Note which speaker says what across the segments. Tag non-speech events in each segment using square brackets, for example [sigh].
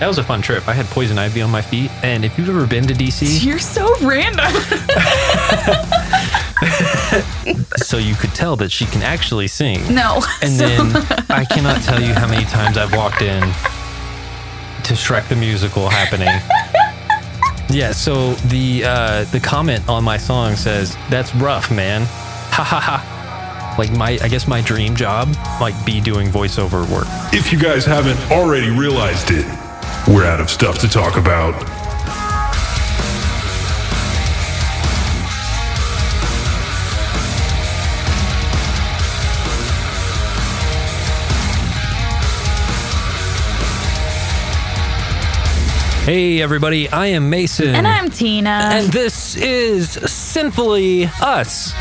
Speaker 1: That was a fun trip. I had poison ivy on my feet, and if you've ever been to DC,
Speaker 2: [laughs] You're so random.
Speaker 1: so you could tell that she can actually sing.
Speaker 2: [laughs] [laughs] No.
Speaker 1: And then I cannot tell you how many times I've walked in to Shrek the Musical
Speaker 2: [laughs]
Speaker 1: happening. Yeah, so the uh, the comment on my song says, "That's rough, man." [laughs] Ha ha ha. Like my, I guess my dream job might be doing voiceover work.
Speaker 3: If you guys haven't already realized it, we're out of stuff to talk about.
Speaker 1: Hey, everybody, I am Mason,
Speaker 2: and I'm Tina.
Speaker 1: and this is Sinfully Us.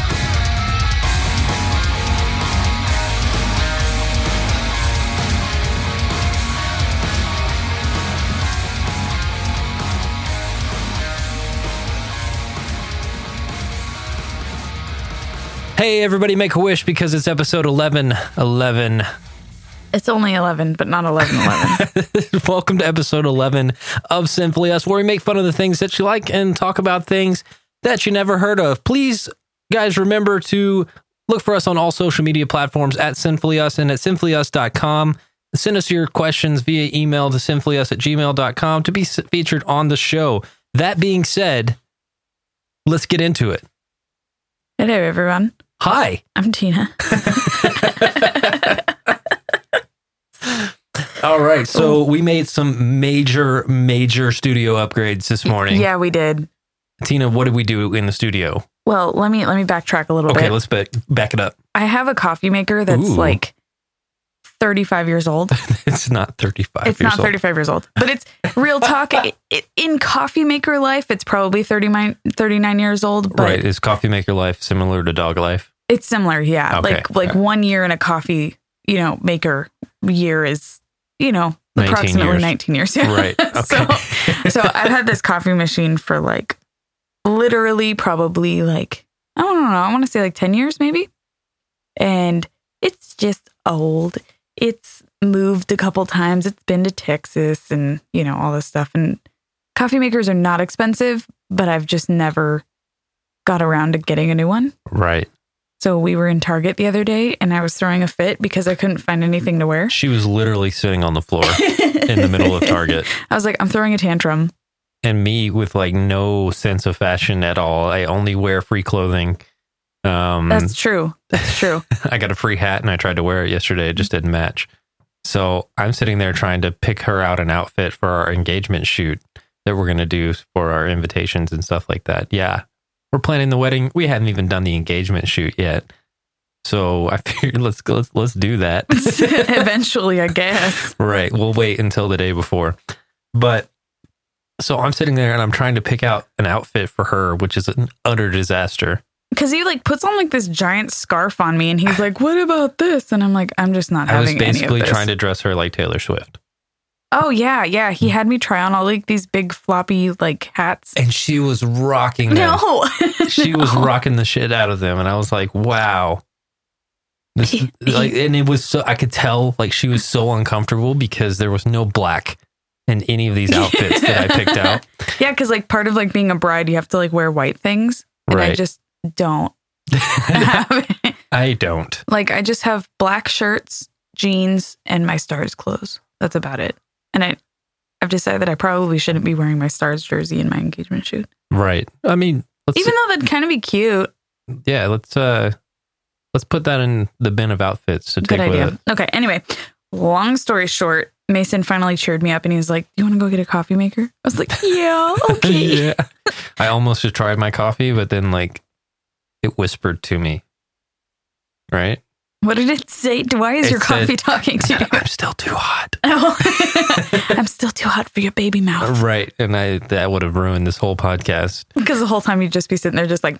Speaker 1: Hey, everybody, make a wish because it's episode 11. 11.
Speaker 2: it's only 11, but not
Speaker 1: [laughs]
Speaker 2: 11 11.
Speaker 1: Welcome to episode 11 of Sinfully Us, where we make fun of the things that you like and talk about things that you never heard of. Please, guys, remember to look for us on all social media platforms at Sinfully Us and at sinfullyus.com. Send us your questions via email to sinfullyus at gmail.com to be s- featured on the show. That being said, let's get into it.
Speaker 2: Hello, everyone.
Speaker 1: Hi.
Speaker 2: I'm Tina.
Speaker 1: All right. So Oh. we made some major, major studio upgrades this morning.
Speaker 2: Yeah, we did.
Speaker 1: Tina, what did we do in the studio?
Speaker 2: Well, let me let me backtrack a little
Speaker 1: Okay,
Speaker 2: bit.
Speaker 1: let's back, back it up. [laughs]
Speaker 2: I have a coffee maker that's
Speaker 1: Ooh.
Speaker 2: like 35 years old.
Speaker 1: It's not 35
Speaker 2: It's
Speaker 1: years
Speaker 2: not 35 years old, but it's
Speaker 1: [laughs]
Speaker 2: real talk. It- it- in coffee maker life, it's probably 39, 39 years old,
Speaker 1: old.
Speaker 2: but
Speaker 1: Right. Is coffee maker life similar to dog life?
Speaker 2: it's similar. Yeah.
Speaker 1: Okay.
Speaker 2: Like, like one year in a coffee, you know, maker year is, you know,
Speaker 1: 19
Speaker 2: approximately
Speaker 1: years.
Speaker 2: 19 years. [laughs] Yeah.
Speaker 1: Right.
Speaker 2: [laughs] so,
Speaker 1: Okay.
Speaker 2: so I've had this coffee machine for like literally probably like I don't know, I want to say like 10 years maybe. And it's just old. It's moved a couple times. It's been to Texas and, you know, all this stuff and coffee makers are not expensive, but I've just never got around to getting a new one.
Speaker 1: right.
Speaker 2: So we were in Target the other day and I was throwing a fit because I couldn't find anything to wear.
Speaker 1: She was literally sitting on the
Speaker 2: [laughs]
Speaker 1: floor
Speaker 2: in
Speaker 1: in the middle of Target
Speaker 2: I was like, I'm throwing a tantrum.
Speaker 1: and me with like no sense of fashion at all. I only wear free clothing. Um,
Speaker 2: That's true. That's true. [laughs]
Speaker 1: I got a free hat and I tried to wear it yesterday. It just didn't match. So I'm sitting there trying to pick her out an outfit for our engagement shoot that we're going to do for our invitations and stuff like that. Yeah. We're planning the wedding. We haven't even done the engagement shoot yet. So I [laughs] figured let's go, let's let's do [laughs] that.
Speaker 2: eventually, I guess.
Speaker 1: Right. We'll wait until the day before. But so I'm sitting there and I'm trying to pick out an outfit for her, which is an utter disaster.
Speaker 2: Because he like puts on like this giant scarf on me, and he's like, "What about this?" And I'm like, "I'm just not
Speaker 1: I was
Speaker 2: having any of
Speaker 1: basically
Speaker 2: this."
Speaker 1: trying to dress her like Taylor Swift.
Speaker 2: oh yeah, yeah. He had me try on all like these big floppy like hats.
Speaker 1: and she was rocking them.
Speaker 2: No,
Speaker 1: She was
Speaker 2: [laughs] No.
Speaker 1: rocking the shit out of them, and I was like, "Wow."
Speaker 2: [laughs]
Speaker 1: This, like, and it was so I could tell like she was so uncomfortable because there was no black in any
Speaker 2: [laughs]
Speaker 1: of these outfits that I picked out.
Speaker 2: Yeah, because like part of like being a bride, you have to like wear white things, and I
Speaker 1: Right,
Speaker 2: just
Speaker 1: [laughs]
Speaker 2: don't have. it.
Speaker 1: I don't.
Speaker 2: like I just have black shirts, jeans, and my stars clothes. That's about it. And I, I've decided that I probably shouldn't be wearing my stars jersey in my engagement shoot.
Speaker 1: Right. I mean, let's
Speaker 2: Even though that'd kind of be cute.
Speaker 1: yeah, let's uh, let's put that in the bin of outfits to
Speaker 2: Good
Speaker 1: take with
Speaker 2: idea.
Speaker 1: it.
Speaker 2: Okay. Anyway, long story short, Mason finally cheered me up and he's like, Do you want to go get a coffee maker? I was like,
Speaker 1: [laughs]
Speaker 2: Yeah, okay.
Speaker 1: yeah.
Speaker 2: [laughs]
Speaker 1: I almost just tried my coffee, but then like it whispered to me. Right.
Speaker 2: [laughs] What did it say? Why is
Speaker 1: It
Speaker 2: your coffee
Speaker 1: said-
Speaker 2: talking to you? [laughs]
Speaker 1: I'm still too hot. [laughs]
Speaker 2: Oh. I'm still too hot for your baby mouth.
Speaker 1: Right. And I that would have ruined this whole podcast.
Speaker 2: Because the whole time you'd just be sitting there, just like,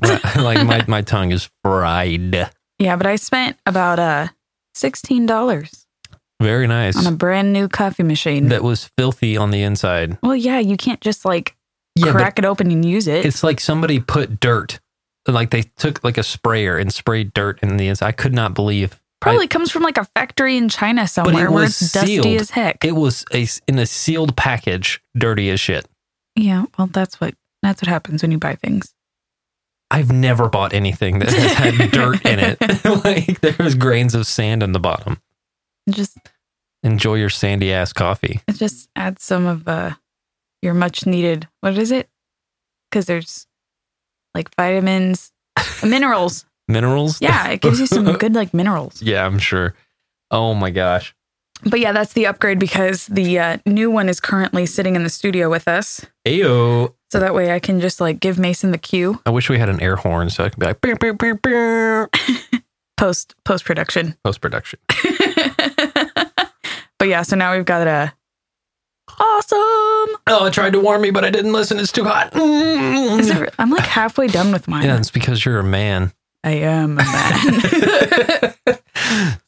Speaker 1: like my, [laughs] my tongue is fried.
Speaker 2: Yeah, but I spent about uh, $16
Speaker 1: Very nice.
Speaker 2: on a brand new coffee machine.
Speaker 1: That was filthy on the inside.
Speaker 2: well, yeah, you can't just like
Speaker 1: Yeah,
Speaker 2: crack it open and use
Speaker 1: but
Speaker 2: it.
Speaker 1: it's like somebody put dirt. Like they took like a sprayer and sprayed dirt in the inside. I could not believe
Speaker 2: probably comes from like a factory in China somewhere where
Speaker 1: was
Speaker 2: it's dusty
Speaker 1: sealed.
Speaker 2: as heck.
Speaker 1: It was a, in a sealed package, dirty as shit.
Speaker 2: yeah, well, that's what that's what happens when you buy things.
Speaker 1: I've never bought anything that has
Speaker 2: [laughs]
Speaker 1: had dirt in it. [laughs] like there was grains of sand in the bottom.
Speaker 2: It just
Speaker 1: Enjoy your sandy ass coffee.
Speaker 2: it just adds some of uh your much needed what is it? Because there's like vitamins, minerals.
Speaker 1: Minerals?
Speaker 2: Yeah, it gives you some good like minerals.
Speaker 1: yeah, I'm sure. Oh my gosh.
Speaker 2: But yeah, that's the upgrade because the uh, new one is currently sitting in the studio with us.
Speaker 1: Ayo.
Speaker 2: So that way I can just like give Mason the cue
Speaker 1: I wish we had an air horn so I could be like "Beep, beep, beep, beep,"
Speaker 2: post post production.
Speaker 1: post production.
Speaker 2: [laughs] but yeah, so now we've got a awesome.
Speaker 1: Oh, it tried to warn me, but I didn't listen. It's too hot.
Speaker 2: Is it- I'm like halfway done with mine.
Speaker 1: Mm. Yeah, it's because you're a [laughs] man.
Speaker 2: I am a [laughs] man.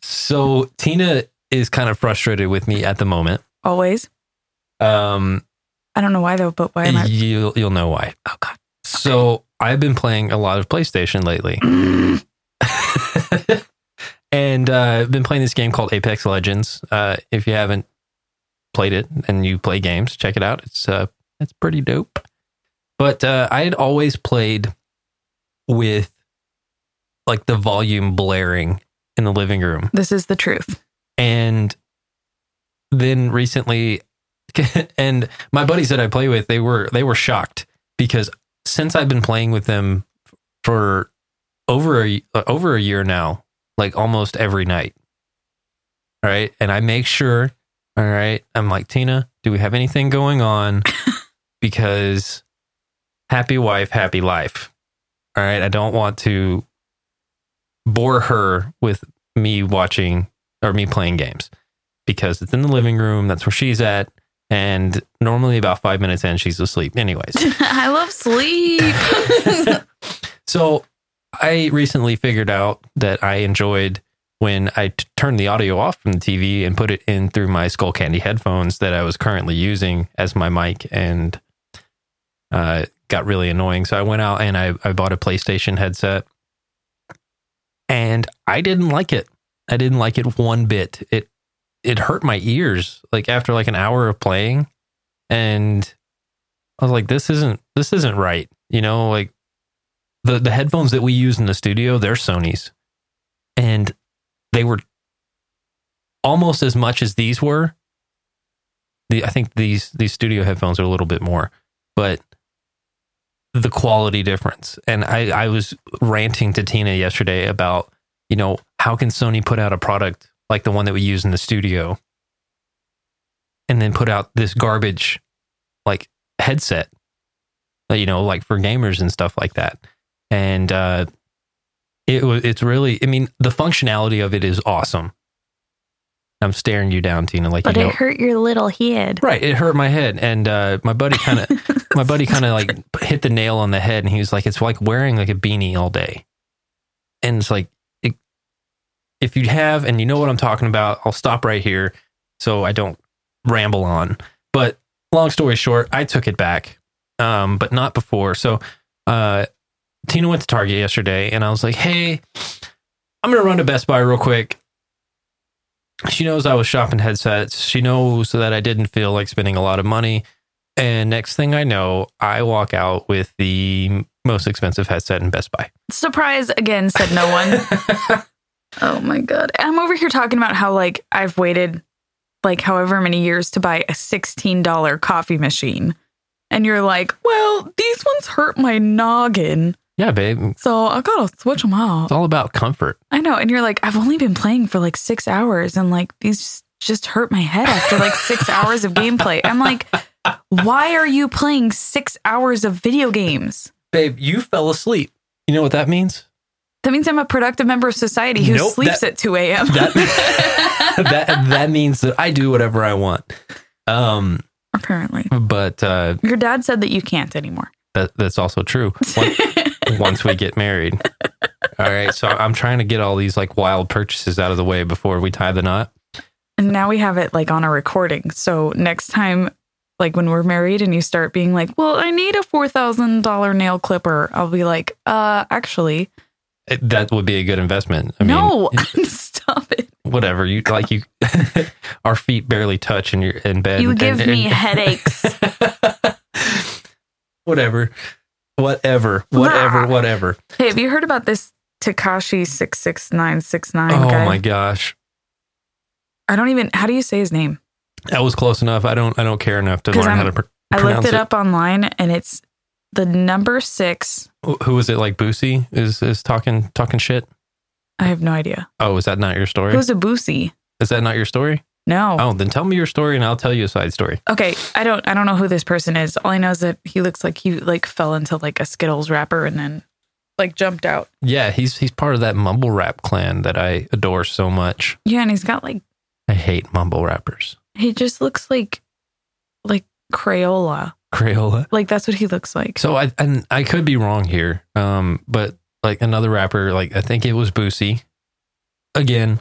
Speaker 1: so Tina is kind of frustrated with me at the moment.
Speaker 2: Always.
Speaker 1: Um,
Speaker 2: I don't know why though, but why am I?
Speaker 1: you'll you'll know why.
Speaker 2: Oh God.
Speaker 1: So I've been playing a lot of PlayStation lately,
Speaker 2: [laughs]
Speaker 1: and uh, I've been playing this game called Apex Legends. Uh, if you haven't played it and you play games, check it out. It's uh, it's pretty dope. But uh, I had always played with like the volume blaring in the living room,
Speaker 2: This is the truth.
Speaker 1: and then recently [laughs] and my buddies that I play with they were they were shocked because since I've been playing with them for over a uh, over a year now like almost every night all right and I make sure all right I'm like Tina do we have anything going on because happy wife happy life all right I don't want to bore her with me watching or me playing games because it's in the living room. That's where she's at. And normally, about five minutes in, she's asleep, anyways.
Speaker 2: I love [laughs] sleep.
Speaker 1: [laughs] so I recently figured out that I enjoyed when I t- turned the audio off from the TV and put it in through my Skull Candy headphones that I was currently using as my mic and uh, got really annoying. So I went out and I, I bought a PlayStation headset and I didn't like it. I didn't like it one bit. It it hurt my ears like after like an hour of playing and I was like this isn't this isn't right. You know, like the the headphones that we use in the studio, they're Sony's, and they were almost as much as these were. The I think these these studio headphones are a little bit more, but the quality difference. And I I was ranting to Tina yesterday about you know how can Sony put out a product like the one that we use in the studio, and then put out this garbage like headset, you know, like for gamers and stuff like that and uh, it was it's really I mean the functionality of it is awesome. I'm staring you down, Tina, like
Speaker 2: but
Speaker 1: you know,
Speaker 2: it hurt your little head.
Speaker 1: right. It hurt my head, and uh, my buddy kind of my buddy kind of like hit the nail on the head, and he was like, "It's like wearing like a beanie all day," and it's like it, if you have and you know what I'm talking about, I'll stop right here so I don't ramble on. But long story short, I took it back, um, but not before. So uh, Tina went to Target yesterday, and I was like, "Hey, I'm gonna run to Best Buy real quick." She knows I was shopping headsets. She knows that I didn't feel like spending a lot of money. And next thing I know, I walk out with the most expensive headset in Best Buy.
Speaker 2: Surprise again, said no one. [laughs] Oh my god. I'm over here talking about how like I've waited like however many years to buy a $16 coffee machine. And you're like, "Well, these ones hurt my noggin,
Speaker 1: yeah, babe.
Speaker 2: so I got to switch them out."
Speaker 1: It's all about comfort.
Speaker 2: I know. And you're like, "I've only been playing for like 6 hours and like these just, just hurt my head after
Speaker 1: [laughs]
Speaker 2: like 6 hours of gameplay." I'm like, "Why are you playing 6 hours of video games?"
Speaker 1: Babe, you fell asleep. You know what that [laughs] means?
Speaker 2: That means I'm a productive member of society who
Speaker 1: Nope,
Speaker 2: sleeps
Speaker 1: that-
Speaker 2: at 2 a.m.
Speaker 1: That that that means that I do whatever I want. Um,
Speaker 2: [laughs] Apparently.
Speaker 1: but uh,
Speaker 2: Your dad said that you can't anymore.
Speaker 1: that that's also true. One- [laughs] once we get married. All right, so I'm trying to get all these like wild purchases out of the way before we tie the knot.
Speaker 2: [laughs] And now we have it like on a recording. So next time, like when we're married and you start being like, well, I need a $4,000 nail clipper, I'll be like, uh, actually,
Speaker 1: It- that would be a good investment. I mean,
Speaker 2: no, [laughs] Stop it.
Speaker 1: whatever you like you [laughs] our feet barely touch and you're in bed
Speaker 2: You
Speaker 1: and-
Speaker 2: give
Speaker 1: and- [laughs]
Speaker 2: me headaches.
Speaker 1: whatever whatever whatever whatever
Speaker 2: [laughs] Hey, have you heard about this Takashi six six nine six nine
Speaker 1: oh
Speaker 2: guy?
Speaker 1: my gosh
Speaker 2: I don't even. How do you say his name?
Speaker 1: that was close enough i don't i don't care enough to
Speaker 2: 'Cause
Speaker 1: learn
Speaker 2: I'm-
Speaker 1: how to pr-
Speaker 2: I
Speaker 1: pronounce
Speaker 2: looked it, up online, and it's the number six.
Speaker 1: Wh- who is it like boosie is is talking talking shit
Speaker 2: I have no idea.
Speaker 1: oh is that not your story
Speaker 2: Who's a boosie?
Speaker 1: is that not your story
Speaker 2: No.
Speaker 1: oh then tell me your story and i'll tell you a side story
Speaker 2: Okay, I don't. I don't know who this person is. All I know is that he looks like he like fell into like a Skittles wrapper and then like jumped out.
Speaker 1: yeah he's he's part of that mumble rap clan that i adore so much
Speaker 2: Yeah, and he's got like
Speaker 1: i hate mumble rappers
Speaker 2: he just looks like like Crayola.
Speaker 1: crayola
Speaker 2: Like that's what he looks like.
Speaker 1: So I and I could be wrong here, um, but like another rapper, like I think it was Boosie. Again,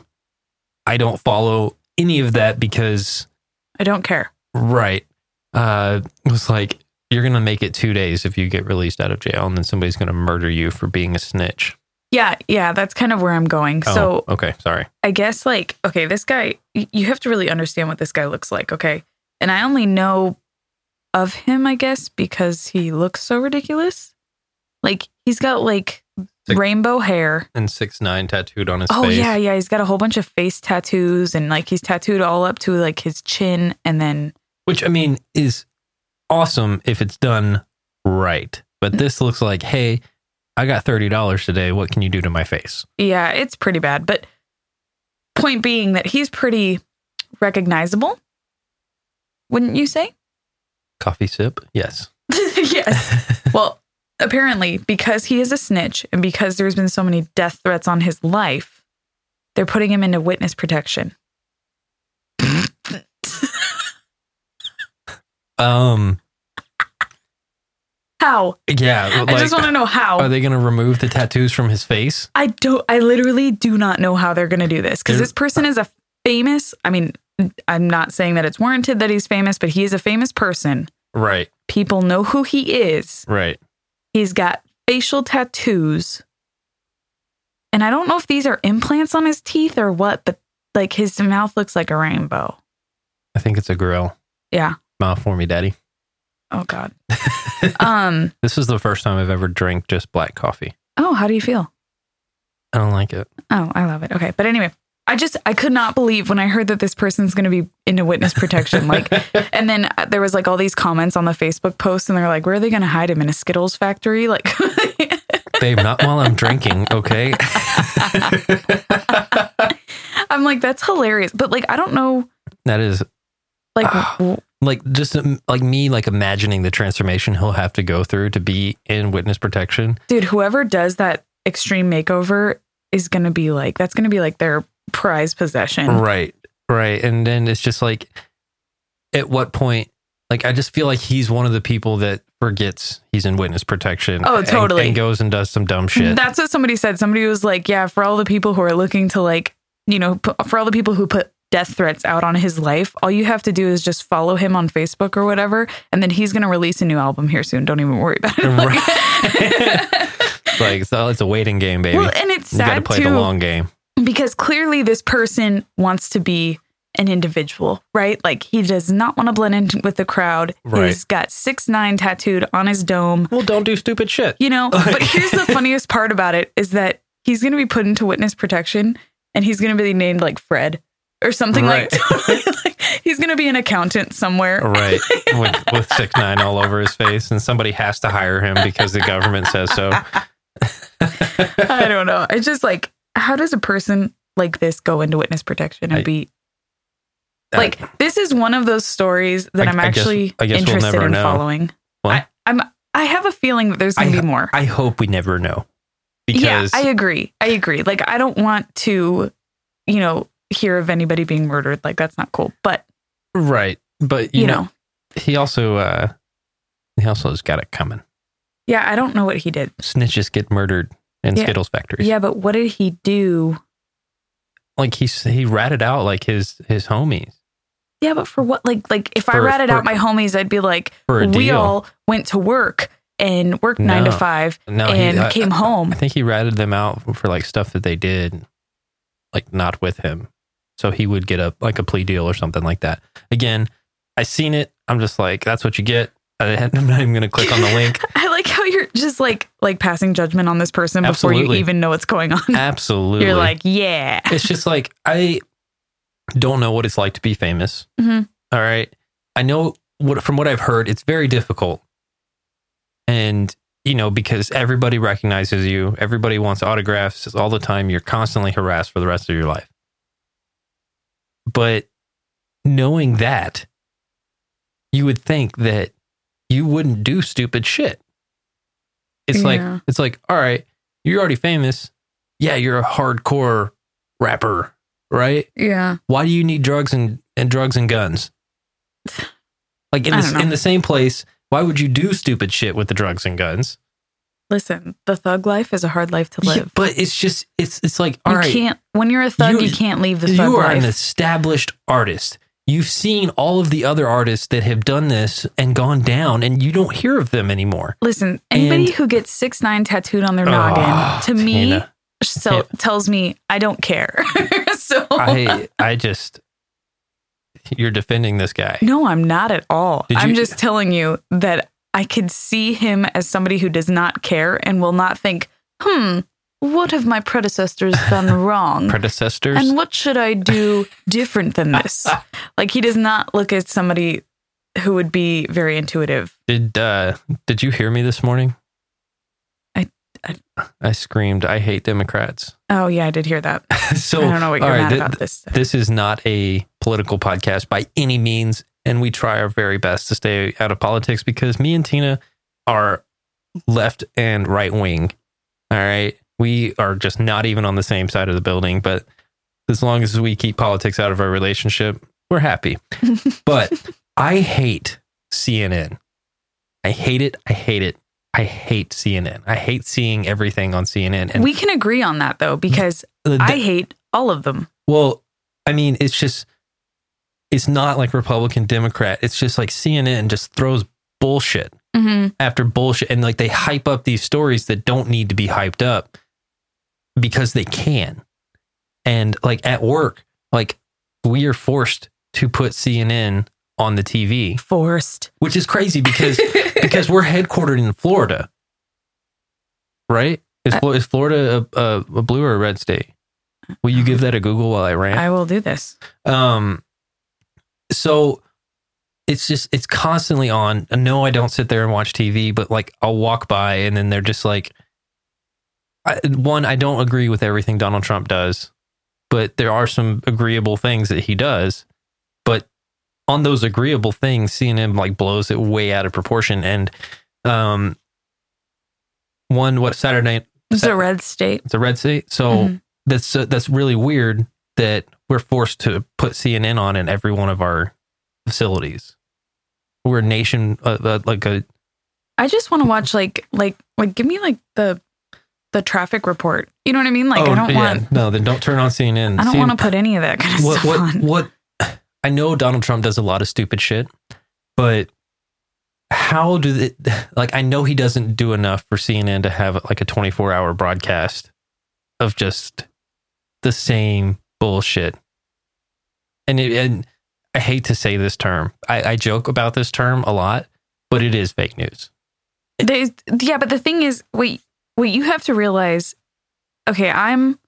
Speaker 1: I don't follow any of that because
Speaker 2: I don't care.
Speaker 1: right, uh, it was like you're gonna make it two days if you get released out of jail, and then somebody's gonna murder you for being a snitch.
Speaker 2: Yeah, yeah, that's kind of where I'm going. So
Speaker 1: oh, okay, sorry.
Speaker 2: I guess like okay, this guy y- you have to really understand what this guy looks like, okay? And I only know of him, I guess, because he looks so ridiculous. Like he's got like
Speaker 1: Like-
Speaker 2: rainbow hair.
Speaker 1: And six nine tattooed on his
Speaker 2: Oh
Speaker 1: face.
Speaker 2: yeah, yeah, he's got a whole bunch of face tattoos and like he's tattooed all up to like his chin and then
Speaker 1: which I mean is awesome if it's done right. But
Speaker 2: Mm.
Speaker 1: this looks like, hey, I got thirty dollars today. What can you do to my face?
Speaker 2: yeah, it's pretty bad, but point being that he's pretty recognizable. Wouldn't you say?
Speaker 1: Coffee sip? Yes.
Speaker 2: [laughs] yes. Well, apparently, because he is a snitch and because there's been so many death threats on his life, they're putting him into witness protection.
Speaker 1: um.
Speaker 2: How?
Speaker 1: Yeah.
Speaker 2: I just want to know
Speaker 1: Are
Speaker 2: how.
Speaker 1: they going to remove the tattoos from his face?
Speaker 2: I don't, I literally do not know how they're going to do this because
Speaker 1: There-
Speaker 2: this person is a famous, I mean, I'm not saying that it's warranted that he's famous, but he is a famous person.
Speaker 1: Right.
Speaker 2: People know who he is.
Speaker 1: Right.
Speaker 2: He's got facial tattoos. And I don't know if these are implants on his teeth or what, but like his mouth looks like a rainbow.
Speaker 1: I think it's a grill.
Speaker 2: Yeah.
Speaker 1: Smile for me, Daddy.
Speaker 2: Oh God. um.
Speaker 1: This is the first time I've ever drank just black coffee.
Speaker 2: Oh, how do you feel?
Speaker 1: I don't like it.
Speaker 2: Oh, I love it. Okay, but anyway, I just I could not believe when I heard that this person's going to be into witness protection. Like, and then uh, there was like all these comments on the Facebook post, and they're like, "Where are they going to hide him in a Skittles factory?" [laughs] Like,
Speaker 1: babe, not while I'm drinking. Okay. [laughs]
Speaker 2: I'm like, that's hilarious. But like, I don't know.
Speaker 1: that is
Speaker 2: Like, w-
Speaker 1: like just um, like me, like imagining the transformation he'll have to go through to be in witness protection.
Speaker 2: dude, whoever does that extreme makeover is going to be like, that's going to be like their prize possession.
Speaker 1: Right. Right. And then it's just like, at what point, like, I just feel like he's one of the people that forgets he's in witness protection.
Speaker 2: Oh,
Speaker 1: and-
Speaker 2: totally.
Speaker 1: And, goes and does some dumb shit.
Speaker 2: That's what somebody said. Somebody was like, "Yeah, for all the people who are looking to like, you know, pu- for all the people who put death threats out on his life, all you have to do is just follow him on Facebook or whatever, and then he's going to release a new album here soon. Don't even worry about it."
Speaker 1: Right. [laughs] like, so it's a waiting game, baby.
Speaker 2: well, [laughs] and it's
Speaker 1: you got to
Speaker 2: sad
Speaker 1: play
Speaker 2: too
Speaker 1: the long game.
Speaker 2: because clearly this person wants to be an individual, right? Like he does not want to blend in with the crowd.
Speaker 1: Right.
Speaker 2: He's got six nine tattooed on his dome.
Speaker 1: Well, don't do stupid shit. [laughs]
Speaker 2: You know, but here's the funniest part about it is that he's going to be put into witness protection and he's going to be named like Fred or something
Speaker 1: Right.
Speaker 2: like, totally, [laughs] like he's going to be an accountant somewhere. [laughs]
Speaker 1: Right. with, with sick nine all over his face. And somebody has to hire him because the government says so.
Speaker 2: I don't know. It's just like, how does a person like this go into witness protection and
Speaker 1: I-
Speaker 2: be [laughs] like, this is one of those stories
Speaker 1: I-
Speaker 2: that I, am
Speaker 1: I guess-
Speaker 2: actually
Speaker 1: I guess we'll
Speaker 2: interested
Speaker 1: never
Speaker 2: in
Speaker 1: know.
Speaker 2: following.
Speaker 1: What?
Speaker 2: I, I'm, I have a feeling that there's going
Speaker 1: I-
Speaker 2: to be more.
Speaker 1: I hope we never know. Because
Speaker 2: yeah, I agree. I agree. Like, I don't want to, you know, hear of anybody being murdered. Like, that's not cool. But
Speaker 1: right. But
Speaker 2: you,
Speaker 1: you know,
Speaker 2: know.
Speaker 1: he also uh he also has got it coming.
Speaker 2: yeah, I don't know what he did.
Speaker 1: Snitches get murdered in
Speaker 2: Yeah.
Speaker 1: Skittles factories.
Speaker 2: Yeah, but what did he do?
Speaker 1: Like he s- he ratted out like his his homies
Speaker 2: Yeah, but for what? Like, like if I
Speaker 1: For-
Speaker 2: ratted out
Speaker 1: for-
Speaker 2: my homies, I'd be like,
Speaker 1: for a
Speaker 2: we
Speaker 1: deal.
Speaker 2: all went to work and worked nine to
Speaker 1: No.
Speaker 2: five
Speaker 1: no,
Speaker 2: and
Speaker 1: he, uh, I,
Speaker 2: came
Speaker 1: I
Speaker 2: home. [laughs]
Speaker 1: think he ratted them out for like stuff that they did. like not with him. So he would get a like a plea deal or something like that. Again, I seen it. I'm just like, that's what you get. I [laughs] had, I'm not even gonna click on the link.
Speaker 2: I like how you're just like like passing judgment on this person before
Speaker 1: Absolutely.
Speaker 2: you even know what's going on.
Speaker 1: Absolutely.
Speaker 2: [laughs] You're like, yeah.
Speaker 1: it's just like I don't know what it's like to be famous.
Speaker 2: Mhm.
Speaker 1: All right, I know what from what I've heard, it's very difficult, and you know because everybody recognizes you, everybody wants autographs all the time. You're constantly harassed for the rest of your life. But knowing that, you would think that you wouldn't do stupid shit. It's
Speaker 2: Yeah.
Speaker 1: like it's like all right, you're already famous. Yeah, you're a hardcore rapper, right?
Speaker 2: Yeah.
Speaker 1: Why do you need drugs and, and drugs and guns? Like in
Speaker 2: I
Speaker 1: the,
Speaker 2: don't know.
Speaker 1: in the same place, why would you do stupid shit with the drugs and guns?
Speaker 2: Listen, the thug life is a hard life to
Speaker 1: Yeah,
Speaker 2: live.
Speaker 1: but it's just it's it's like all
Speaker 2: you
Speaker 1: right,
Speaker 2: can't when you're a thug,
Speaker 1: You-
Speaker 2: you, can't leave the thug
Speaker 1: you are
Speaker 2: life.
Speaker 1: an established artist. You've seen all of the other artists that have done this and gone down, and you don't hear of them anymore.
Speaker 2: Listen, anybody
Speaker 1: And-
Speaker 2: who gets six nine tattooed on their
Speaker 1: Oh,
Speaker 2: noggin to me
Speaker 1: Tina.
Speaker 2: so tells me I don't care. [laughs] so [laughs]
Speaker 1: I I just you're defending this guy.
Speaker 2: no, I'm not at all.
Speaker 1: Did
Speaker 2: I'm
Speaker 1: you-
Speaker 2: just telling you that I could see him as somebody who does not care and will not think, hmm, what have my predecessors
Speaker 1: [laughs]
Speaker 2: done wrong?
Speaker 1: Predecessors.
Speaker 2: And what should I do different than this?
Speaker 1: [laughs]
Speaker 2: like he does not look at somebody who would be very intuitive.
Speaker 1: Did uh did you hear me this morning?
Speaker 2: I- I-
Speaker 1: I screamed, I hate Democrats.
Speaker 2: Oh yeah, I did hear that.
Speaker 1: so
Speaker 2: I don't know what
Speaker 1: Oh, all
Speaker 2: you're
Speaker 1: right,
Speaker 2: mad
Speaker 1: th-
Speaker 2: about this.
Speaker 1: this is not a political podcast by any means, and we try our very best to stay out of politics because me and Tina are left and right wing. All right. We are just not even on the same side of the building, but as long as we keep politics out of our relationship, we're
Speaker 2: [laughs]
Speaker 1: happy. but I hate CNN. I hate it. I hate it. I hate CNN. I hate seeing everything on CNN. And
Speaker 2: we can agree on that though, because
Speaker 1: the-
Speaker 2: I hate all of them.
Speaker 1: Well, I mean, it's just, it's not like Republican, Democrat. It's just like CNN just throws bullshit
Speaker 2: Mm-hmm.
Speaker 1: after bullshit. And like they hype up these stories that don't need to be hyped up because they can. And like at work, like we are forced to put CNN on the TV, [laughs]
Speaker 2: Forced.
Speaker 1: which is crazy
Speaker 2: [laughs]
Speaker 1: because because we're headquartered in Florida, right? Is, Flo- is Florida a, a, a blue or a red state? Will you give that a Google while I rant?
Speaker 2: I will do this.
Speaker 1: Um, so it's just it's constantly on. And No, I don't sit there and watch TV, but like I'll walk by and then they're just like, I, one, I don't agree with everything Donald Trump does, but there are some agreeable things that he does. But on those agreeable things, CNN like blows it way out of proportion. And um, one, what Saturday?
Speaker 2: It's
Speaker 1: Uh,
Speaker 2: a red state.
Speaker 1: It's a red state, so
Speaker 2: Mhm.
Speaker 1: that's uh, that's really weird that we're forced to put CNN on in every one of our facilities. We're a nation uh, uh, like a
Speaker 2: I just want to watch like like like give me like the the traffic report. You know what I mean?
Speaker 1: Oh,
Speaker 2: Like I don't want
Speaker 1: no then don't turn on CNN.
Speaker 2: I don't
Speaker 1: CNN
Speaker 2: want to put any of that kind of
Speaker 1: what
Speaker 2: stuff
Speaker 1: what
Speaker 2: on.
Speaker 1: what I know Donald Trump does a lot of stupid shit, but how do it like I know he doesn't do enough for CNN to have like a 24-hour broadcast of just the same bullshit. And it, and I hate to say this term. I, I joke about this term a lot, but it is fake news.
Speaker 2: There's, yeah, but the thing is, wait, wait, you have to realize, okay, I'm,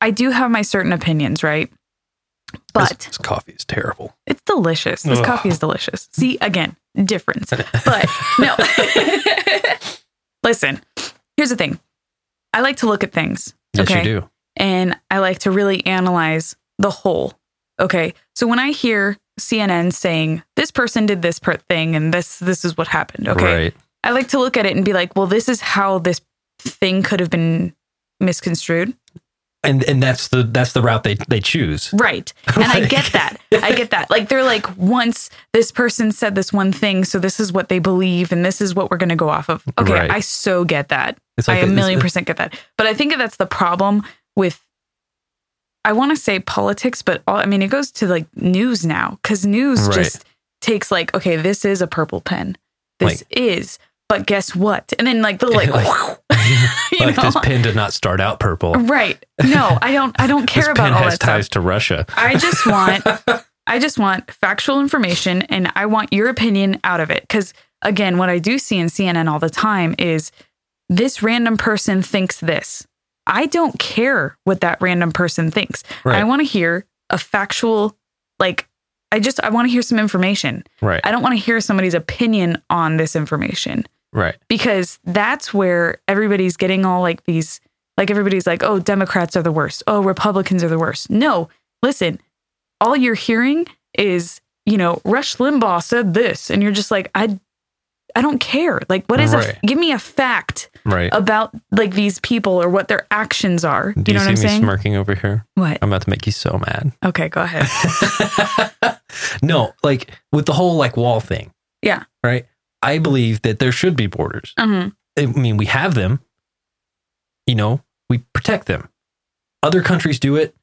Speaker 2: I do have my certain opinions, right? But
Speaker 1: this, this coffee is terrible.
Speaker 2: It's delicious. This
Speaker 1: Ugh.
Speaker 2: coffee is delicious. See, again, difference. But
Speaker 1: [laughs]
Speaker 2: no. [laughs] Listen, here's the thing I like to look at things.
Speaker 1: Yes,
Speaker 2: okay.
Speaker 1: you do.
Speaker 2: And I like to really analyze the whole. Okay. So when I hear CNN saying this person did this per thing and this this is what happened. Okay.
Speaker 1: Right.
Speaker 2: I like to look at it and be like, well, this is how this thing could have been misconstrued.
Speaker 1: And and that's the that's the route they they choose.
Speaker 2: Right. And I
Speaker 1: Like-
Speaker 2: get that. I get that. Like they're like, once this person said this one thing, so this is what they believe and this is what we're going to go off of. Okay.
Speaker 1: Right.
Speaker 2: I so get that.
Speaker 1: It's
Speaker 2: I a
Speaker 1: it's-
Speaker 2: million percent get that. But I think that's the problem with, I want to say politics, but all, I mean, it goes to like news now because news
Speaker 1: Right.
Speaker 2: just takes like, okay, this is a purple pen. This
Speaker 1: Like-
Speaker 2: is but guess what? And then like the
Speaker 1: [laughs]
Speaker 2: like,
Speaker 1: Like-
Speaker 2: [laughs] you
Speaker 1: like
Speaker 2: know?
Speaker 1: this pin did not start out
Speaker 2: [laughs]
Speaker 1: purple.
Speaker 2: right? No, I don't. I don't
Speaker 1: This pin
Speaker 2: care about all
Speaker 1: has
Speaker 2: that stuff.
Speaker 1: ties to Russia.
Speaker 2: I just want I just want factual information and I want your opinion out of it cuz again what I do see in CNN all the time is this random person thinks this. I don't care what that random person thinks. I
Speaker 1: Right.
Speaker 2: want to hear a factual like I just I want to hear some information.
Speaker 1: Right.
Speaker 2: I don't want to hear somebody's opinion on this information
Speaker 1: Right.
Speaker 2: because that's where everybody's getting all like these like everybody's like oh democrats are the worst oh republicans are the worst no listen all you're hearing is you know rush limbaugh said this and you're just like i i don't care like what is
Speaker 1: Right.
Speaker 2: a give me a fact
Speaker 1: Right.
Speaker 2: about like these people or what their actions are Oh, you
Speaker 1: Do you,
Speaker 2: know
Speaker 1: see
Speaker 2: what i'm
Speaker 1: me
Speaker 2: saying
Speaker 1: smirking over here?
Speaker 2: what
Speaker 1: I'm about to make you so
Speaker 2: [laughs]
Speaker 1: mad.
Speaker 2: okay go
Speaker 1: [laughs]
Speaker 2: ahead
Speaker 1: no, like with the whole like wall thing.
Speaker 2: Yeah.
Speaker 1: Right. I believe that there should be borders.
Speaker 2: Mhm.
Speaker 1: I mean, we have them. You know, we protect them. Other countries do it.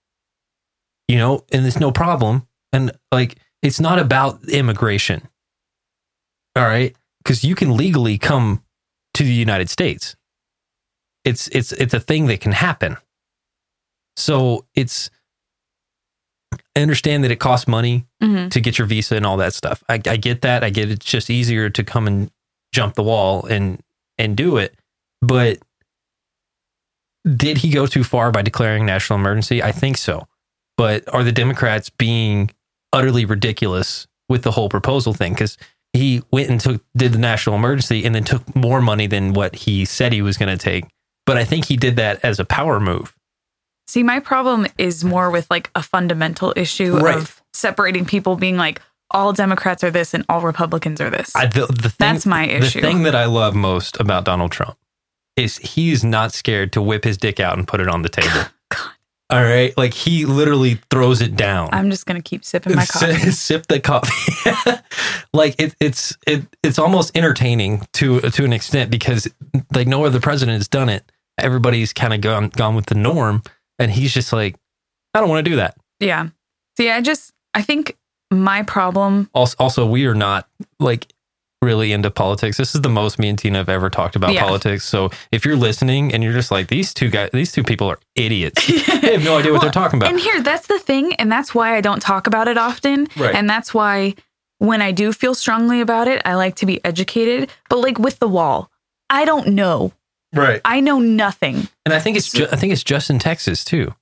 Speaker 1: You know, and it's no problem. And like, it's not about immigration. All right, because you can legally come to the United States. It's it's it's a thing that can happen. So it's. I understand that it costs money
Speaker 2: Mhm.
Speaker 1: to get your visa and all that stuff. I, I get that. I get it's just easier to come and jump the wall and and do it. But did he go too far by declaring national emergency? I think so. But are the Democrats being utterly ridiculous with the whole proposal thing? Because he went and took did the national emergency and then took more money than what he said he was going to take. But I think he did that as a power move.
Speaker 2: see my problem is more with like a fundamental issue
Speaker 1: Right.
Speaker 2: of separating people being like all democrats are this and all republicans are this
Speaker 1: I, the, the thing,
Speaker 2: That's my issue.
Speaker 1: The thing that I love most about Donald Trump is he is not scared to whip his dick out and put it
Speaker 2: [laughs]
Speaker 1: on the table.
Speaker 2: God.
Speaker 1: All right, like he literally throws it down.
Speaker 2: I'm just gonna keep sipping
Speaker 1: [laughs]
Speaker 2: my
Speaker 1: Sip-
Speaker 2: coffee.
Speaker 1: Sip the coffee. [laughs] like it, it's it, it's almost entertaining to to an extent because like no other president has done it. Everybody's kind of gone gone with the norm, and he's just like, I don't want to do that.
Speaker 2: Yeah. See, I just I think my problem
Speaker 1: also, also we are not like really into politics. This is the most me and Tina have ever talked about
Speaker 2: Yeah.
Speaker 1: politics. So if you're listening and you're just like these two guys, these two people are
Speaker 2: [laughs]
Speaker 1: idiots. they have no idea what
Speaker 2: Well,
Speaker 1: they're talking about.
Speaker 2: And here, that's the thing, and that's why I don't talk about it often.
Speaker 1: Right.
Speaker 2: And that's why when I do feel strongly about it, I like to be educated. But like with the wall, I don't know.
Speaker 1: right.
Speaker 2: I know nothing.
Speaker 1: And I think it's ju- I think it's just in Texas too.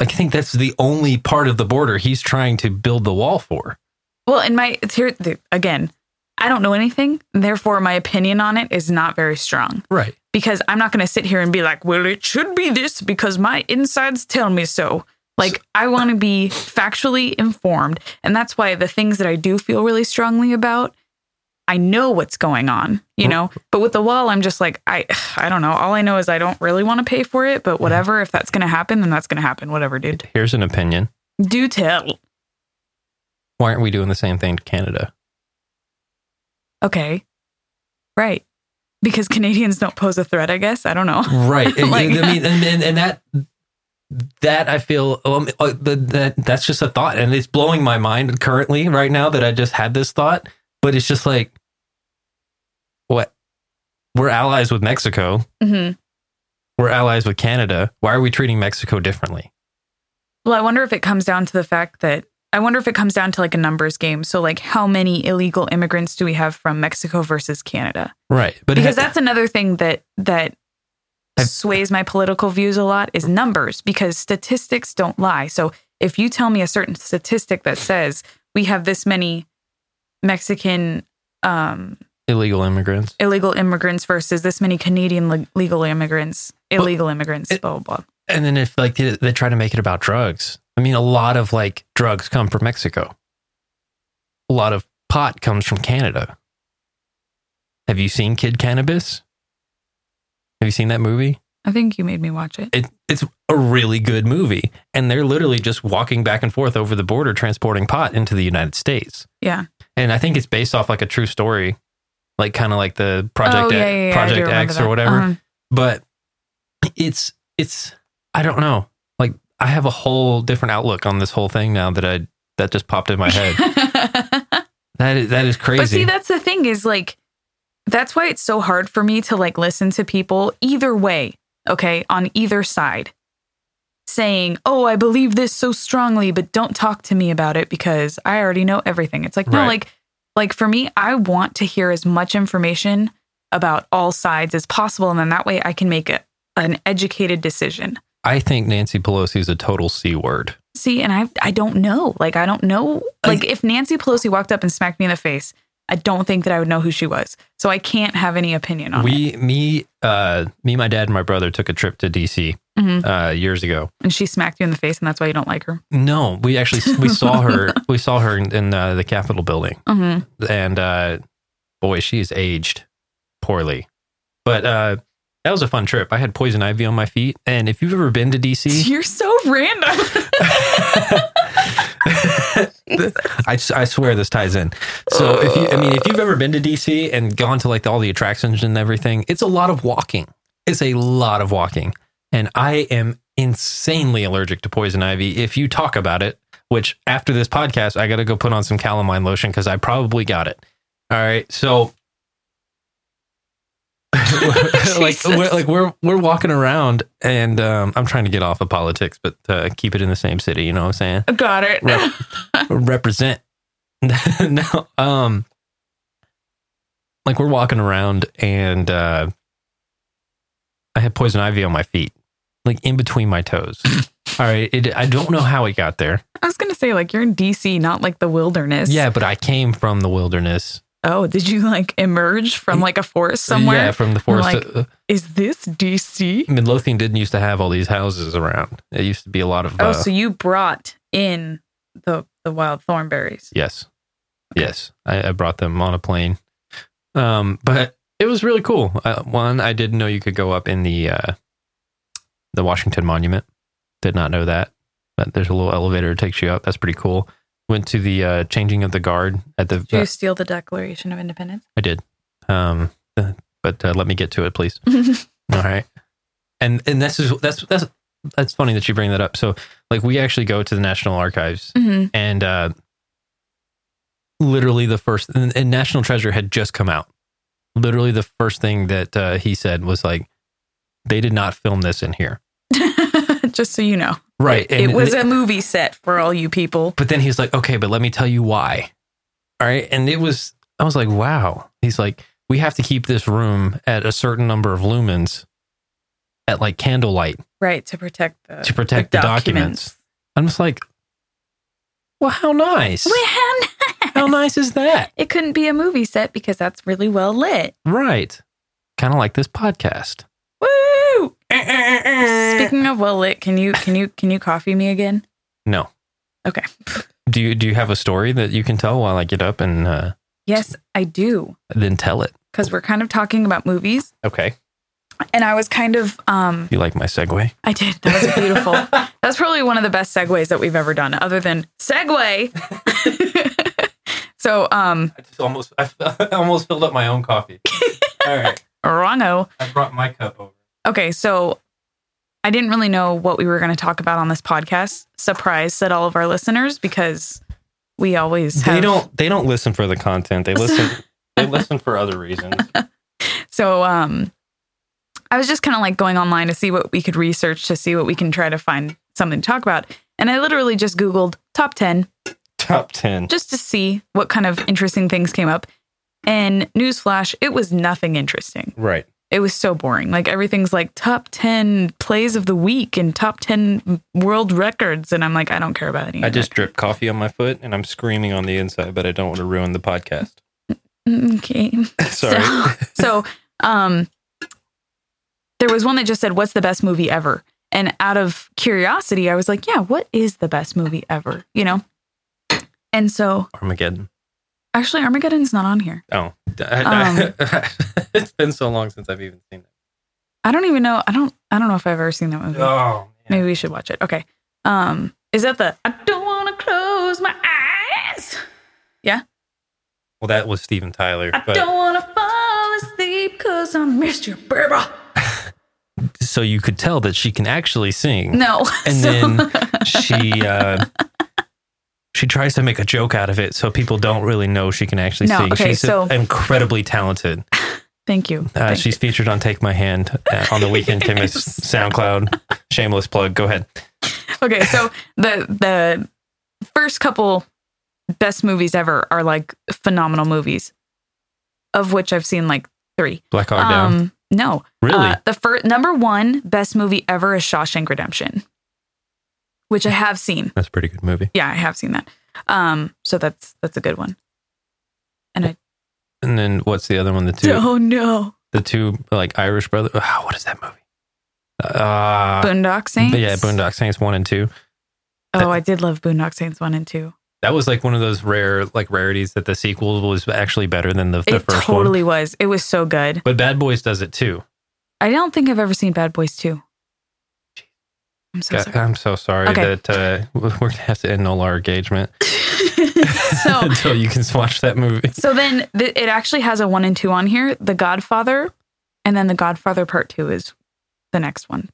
Speaker 1: Like I think that's the only part of the border he's trying to build the wall for.
Speaker 2: Well, and my it's here the- again, I don't know anything. Therefore, my opinion on it is not very strong.
Speaker 1: Right.
Speaker 2: because I'm not going to sit here and be like, well, it should be this because my insides tell me so. Like, I want to be factually informed. And that's why the things that I do feel really strongly about, I know what's going on, you know? But with the wall, I'm just like, I, [sighs] I don't know. All I know is I don't really want to pay for it, but whatever. If that's going to happen, then that's going to happen. Whatever, dude.
Speaker 1: Here's an opinion.
Speaker 2: Do tell.
Speaker 1: Why aren't we doing the same thing to Canada?
Speaker 2: Okay. Right. Because Canadians don't pose a threat, I guess. I don't know.
Speaker 1: [laughs] right And-
Speaker 2: Like-
Speaker 1: and- i mean and, and, and that that i feel um, uh, the, that that's just a thought and it's blowing my mind currently right now that i just had this thought but it's just like what we're allies with mexico
Speaker 2: hmm
Speaker 1: we're allies with canada why are we treating mexico differently
Speaker 2: Well, I wonder if it comes down to the fact that I wonder if it comes down to like a numbers game. So, like, how many illegal immigrants do we have from Mexico versus Canada?
Speaker 1: right but
Speaker 2: Because
Speaker 1: ha-
Speaker 2: that's another thing that that
Speaker 1: I-
Speaker 2: sways my political views a lot is numbers. Because statistics don't lie. So, if you tell me a certain statistic that says we have this many Mexican um,
Speaker 1: illegal immigrants
Speaker 2: illegal immigrants versus this many Canadian le- legal immigrants, illegal immigrants,
Speaker 1: it-
Speaker 2: blah blah blah.
Speaker 1: and then if like they, they try to make it about drugs i mean a lot of like drugs come from mexico a lot of pot comes from canada have you seen kid cannabis have you seen that movie
Speaker 2: I think you made me watch it.
Speaker 1: it, it's a really good movie and they're literally just walking back and forth over the border transporting pot into the united states
Speaker 2: Yeah.
Speaker 1: and i think it's based off like a true story like kind of like the project
Speaker 2: oh, yeah,
Speaker 1: X-
Speaker 2: yeah, yeah, I do
Speaker 1: project
Speaker 2: remember
Speaker 1: x or
Speaker 2: that.
Speaker 1: whatever
Speaker 2: Uh-huh.
Speaker 1: but it's it's I don't know. Like I have a whole different outlook on this whole thing now that I that
Speaker 2: [laughs]
Speaker 1: just popped in my head. that is that is crazy.
Speaker 2: But see, that's the thing is like that's why it's so hard for me to like listen to people either way, okay, on either side saying, "Oh, I believe this so strongly, but don't talk to me about it because I already know everything." It's like, no,
Speaker 1: Right.
Speaker 2: like like for me, I want to hear as much information about all sides as possible and then that way I can make a, an educated decision.
Speaker 1: I think Nancy Pelosi is a total C word.
Speaker 2: See, and I I don't know. Like I don't know.
Speaker 1: I-
Speaker 2: Like if Nancy Pelosi walked up and smacked me in the face, I don't think that I would know who she was. So I can't have any opinion on it.
Speaker 1: We, me, uh, me, my dad, and my brother took a trip to DC
Speaker 2: Mhm.
Speaker 1: uh, years ago.
Speaker 2: And she smacked you in the face, and that's why you don't like her.
Speaker 1: No, we actually we saw her. We saw her in, in uh, the Capitol building,
Speaker 2: hmm
Speaker 1: and uh, boy, she's aged poorly. But uh, that was a fun trip. I had poison ivy on my feet, and if you've ever been to
Speaker 2: [laughs]
Speaker 1: DC,
Speaker 2: [laughs] You're so random. [laughs]
Speaker 1: I, s- I swear this ties in. So if you, I mean, if you've ever been to DC and gone to like all the attractions and everything, it's a lot of walking. It's a lot of walking, and I am insanely allergic to poison ivy. If you talk about it, which after this podcast, I got to go put on some calamine lotion because I probably got it. All right, so. [laughs] like
Speaker 2: Jesus.
Speaker 1: we're, like we're we're walking around and um, I'm trying to get off of politics, but uh, keep it in the same city. You know what I'm saying?
Speaker 2: Got it. [laughs]
Speaker 1: Right. represent. [laughs] no, um, like we're walking around and uh, I had poison ivy on my feet, like in between my
Speaker 2: [laughs]
Speaker 1: toes. All right, it, I don't know how it got there.
Speaker 2: I was gonna say like you're in DC, not like the wilderness.
Speaker 1: Yeah, but I came from the wilderness.
Speaker 2: Oh, did you like emerge from like a forest somewhere?
Speaker 1: Yeah, from the forest.
Speaker 2: Like-
Speaker 1: Uh,
Speaker 2: Is this DC?
Speaker 1: Midlothian didn't used to have all these houses around. It used to be a lot of.
Speaker 2: Oh,
Speaker 1: uh,
Speaker 2: so you brought in the the wild thornberries.
Speaker 1: Yes. Yes. I, I brought them on a plane. Um, but it was really cool. Uh, one, I didn't know you could go up in the uh, the Washington Monument. Did not know that. But there's a little elevator that takes you up. That's pretty cool. Went to the uh, changing of the guard at the. uh,
Speaker 2: Did you steal the Declaration of [laughs] Independence?
Speaker 1: I did. Um, uh, but uh, let me get to it, please.
Speaker 2: Mm-hmm.
Speaker 1: All right. And and this is that's that's that's funny that you bring that up. So like we actually go to the National Archives
Speaker 2: hmm
Speaker 1: and uh, literally the first and, and National Treasure had just come out. Literally the first thing that uh, he said was like, "They did not film this in here."
Speaker 2: [laughs] Just so you know,
Speaker 1: Right.
Speaker 2: it was a movie set for all you people.
Speaker 1: but then he's like, "Okay, but let me tell you why." All right, and it was I was like, "Wow." He's like, "We have to keep this room at a certain number of lumens." At like candlelight
Speaker 2: Right, to protect the
Speaker 1: to protect the, documents. I'm just like, well, how nice?
Speaker 2: documents. Man,
Speaker 1: How nice is that?
Speaker 2: it couldn't be a movie set because that's really well lit.
Speaker 1: Right. Kind of like this podcast.
Speaker 2: Woo! Speaking of well lit, can you can you can you coffee me again?
Speaker 1: No.
Speaker 2: Okay.
Speaker 1: Do you do you have a story that you can tell while I get up and uh,
Speaker 2: Yes, I do.
Speaker 1: then tell it?
Speaker 2: Because we're kind of talking about movies.
Speaker 1: Okay.
Speaker 2: And I was kind of um
Speaker 1: You like my segue?
Speaker 2: I did. That
Speaker 1: [laughs]
Speaker 2: was beautiful. That's probably one of the best segues that we've ever done, other than segue. [laughs] so um
Speaker 1: I just almost I [laughs] almost filled up my own
Speaker 2: [laughs]
Speaker 1: coffee. All right.
Speaker 2: wrongo.
Speaker 1: I brought my cup over.
Speaker 2: Okay, so I didn't really know what we were going to talk about on this podcast. Surprise at all of our listeners because we always have,
Speaker 1: They don't they don't listen for the content. They listen they listen for other
Speaker 2: [laughs]
Speaker 1: reasons.
Speaker 2: So um I was just kind of like going online to see what we could research to see what we can try to find something to talk about. And I literally just googled top 10
Speaker 1: Top 10.
Speaker 2: just to see what kind of interesting things came up. And newsflash, it was nothing interesting.
Speaker 1: Right.
Speaker 2: It was so boring. Like everything's like top 10 plays of the week and top 10 world records and I'm like I don't care about any.
Speaker 1: I
Speaker 2: of that.
Speaker 1: just dripped coffee on my foot and I'm screaming on the inside, but I don't want to ruin the podcast.
Speaker 2: [laughs] Mm, Okay.
Speaker 1: Sorry.
Speaker 2: [laughs] So, so um there was one that just said what's the best movie ever? And out of curiosity, I was like, yeah, what is the best movie ever, you know? And so,
Speaker 1: Armageddon.
Speaker 2: actually Armageddon's not on here.
Speaker 1: Oh.
Speaker 2: Um.
Speaker 1: [laughs] it's been so long since I've even seen it.
Speaker 2: I don't even know. I don't I don't know if I've ever seen that movie.
Speaker 1: Oh.
Speaker 2: Maybe we should watch it. Okay. Um is that the I don't want to close my eyes.
Speaker 1: Well, that was Steven Tyler.
Speaker 2: I
Speaker 1: But
Speaker 2: don't want to fall asleep cuz I missed you, baby.
Speaker 1: so you could tell that she can actually sing.
Speaker 2: No.
Speaker 1: And
Speaker 2: [laughs] So-
Speaker 1: then she uh, she tries to make a joke out of it, so people don't really know she can actually
Speaker 2: No,
Speaker 1: sing.
Speaker 2: okay,
Speaker 1: She's
Speaker 2: so-
Speaker 1: incredibly talented.
Speaker 2: Thank you.
Speaker 1: Uh,
Speaker 2: Thank
Speaker 1: she's featured on Take My Hand uh, on the
Speaker 2: [laughs]
Speaker 1: Weekend Chemist SoundCloud. Shameless plug. Go ahead. [laughs]
Speaker 2: okay so the the first couple best movies ever are like phenomenal movies of which i've seen like three
Speaker 1: Black Hawk
Speaker 2: Um,
Speaker 1: Down.
Speaker 2: no
Speaker 1: Oh, Really?
Speaker 2: Uh, the first number one best movie ever is shawshank redemption which i have seen
Speaker 1: That's a pretty good movie.
Speaker 2: yeah i have seen that um so that's that's a good one
Speaker 1: And then what's the other one? The two,
Speaker 2: oh no
Speaker 1: the two like Irish brother. ah, what is that movie? Uh,
Speaker 2: boondock saints
Speaker 1: Yeah, Boondock Saints one and two.
Speaker 2: oh i did love boondock saints one and two
Speaker 1: That was like one of those rare like rarities that the sequel was actually better than the, the
Speaker 2: it
Speaker 1: first one.
Speaker 2: totally was it was so good
Speaker 1: But Bad Boys does it too.
Speaker 2: i don't think i've ever seen bad boys 2 i'm so
Speaker 1: God,
Speaker 2: sorry
Speaker 1: I'm so sorry
Speaker 2: Okay.
Speaker 1: that uh, we're gonna have to end all our engagement
Speaker 2: [laughs]
Speaker 1: [laughs]
Speaker 2: so
Speaker 1: until you can watch that movie.
Speaker 2: [laughs] so then th- it actually has a one and two on here the godfather and then the godfather part two is the next one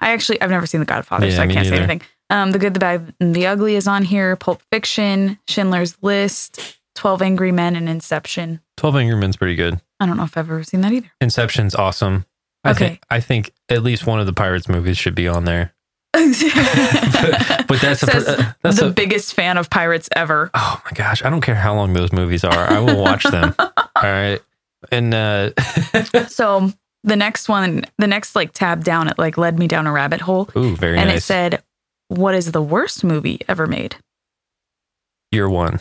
Speaker 2: i actually i've never seen the godfather
Speaker 1: Yeah,
Speaker 2: so i
Speaker 1: me
Speaker 2: can't say
Speaker 1: neither.
Speaker 2: anything um, the good the bad and the ugly is on here pulp fiction schindler's list 12 angry men and inception
Speaker 1: Twelve Angry Men's pretty good.
Speaker 2: i don't know if i've ever seen that either [laughs]
Speaker 1: Inception's awesome. I
Speaker 2: Okay.
Speaker 1: think I think at least one of the Pirates movies should be on
Speaker 2: [laughs]
Speaker 1: there. [laughs] But- but that's a pr-
Speaker 2: Says
Speaker 1: uh, that's
Speaker 2: the
Speaker 1: a-
Speaker 2: biggest fan of pirates ever
Speaker 1: [laughs] Oh my gosh, I don't care how long those movies are. I will watch
Speaker 2: [laughs]
Speaker 1: them. All right. And uh [laughs]
Speaker 2: so the next one the next like tab down it like led me down a rabbit hole
Speaker 1: ooh, very
Speaker 2: and
Speaker 1: nice.
Speaker 2: it said, "What is the worst movie ever made?"
Speaker 1: Year one.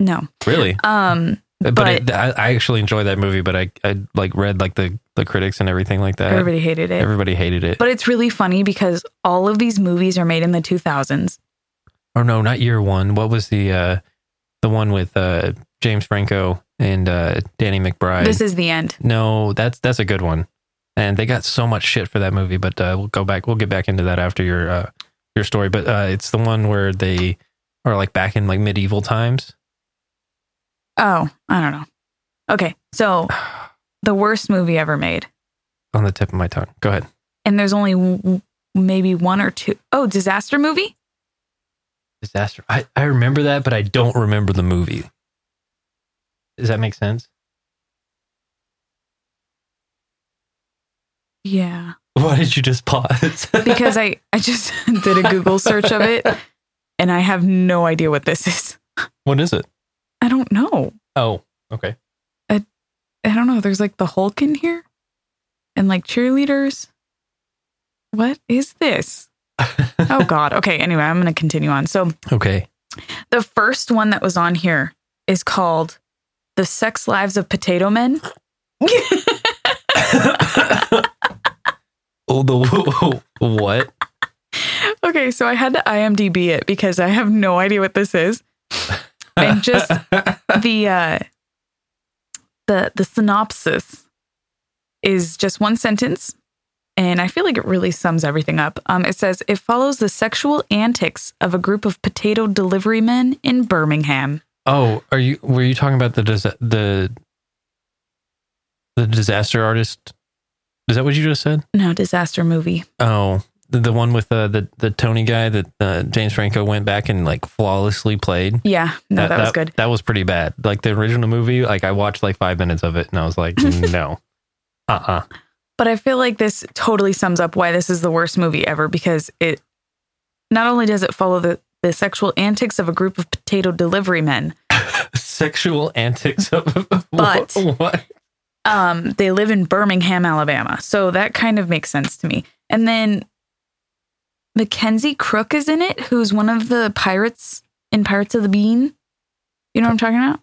Speaker 2: No,
Speaker 1: Really?
Speaker 2: um,
Speaker 1: But,
Speaker 2: but-
Speaker 1: it, I, I actually enjoyed that movie, but I, I like read like the, the critics and everything like that. Everybody,
Speaker 2: everybody
Speaker 1: hated
Speaker 2: hated it.
Speaker 1: it.
Speaker 2: but it's really funny because all of these movies are made in the 2000s.
Speaker 1: oh no, not year one. What was the uh the one with uh James Franco and uh Danny McBride?
Speaker 2: This is the end.
Speaker 1: no, that's that's a good one. And they got so much shit for that movie, but uh, we'll go back. We'll get back into that after your uh, your story. But uh, it's the one where they are like back in like medieval times.
Speaker 2: Oh, I don't know. Okay, so the worst movie ever made,
Speaker 1: On the tip of my tongue. Go ahead.
Speaker 2: and there's only w- maybe one or two. Oh, disaster movie.
Speaker 1: Disaster. I, I remember that, but I don't remember the movie. Does that make sense? [laughs]
Speaker 2: Yeah,
Speaker 1: Why did you just pause?
Speaker 2: because I I just [laughs] did a Google search of it, and I have no idea what this is.
Speaker 1: [laughs] what is it?
Speaker 2: I don't know.
Speaker 1: Oh, okay.
Speaker 2: I don't know. There's like the Hulk in here and like cheerleaders. What is this? Oh, God. Okay. Anyway, I'm going to continue on. So
Speaker 1: okay.
Speaker 2: the first one that was on here is called The Sex Lives of Potato Men.
Speaker 1: oh, the [laughs] what?
Speaker 2: Okay. So I had to IMDb it because I have no idea what this is. And just- The, uh, the, the synopsis is just one sentence. And I feel like it really sums everything up. Um, it says it follows the sexual antics of a group of potato delivery men in Birmingham.
Speaker 1: [laughs] oh, are you? Were you talking about the dis- the the disaster artist? Is that what you just said?
Speaker 2: No, disaster movie.
Speaker 1: Oh, the, the one with uh, the the Tony guy that uh, James Franco went back and like flawlessly played.
Speaker 2: Yeah, no, that, was good.
Speaker 1: That was pretty bad. Like the original movie, like I watched like five minutes of it and I was
Speaker 2: [laughs]
Speaker 1: like, no, uh, uh
Speaker 2: But I feel like this totally sums up why this is the worst movie ever because it not only does it follow the, the sexual antics of a group of potato delivery men,
Speaker 1: sexual antics of [laughs]
Speaker 2: But-
Speaker 1: what?
Speaker 2: um, they live in Birmingham, Alabama. So that kind of makes sense to me. And then Mackenzie Crook is in it, who's one of the pirates in Pirates of the Bean. You know what I'm talking about?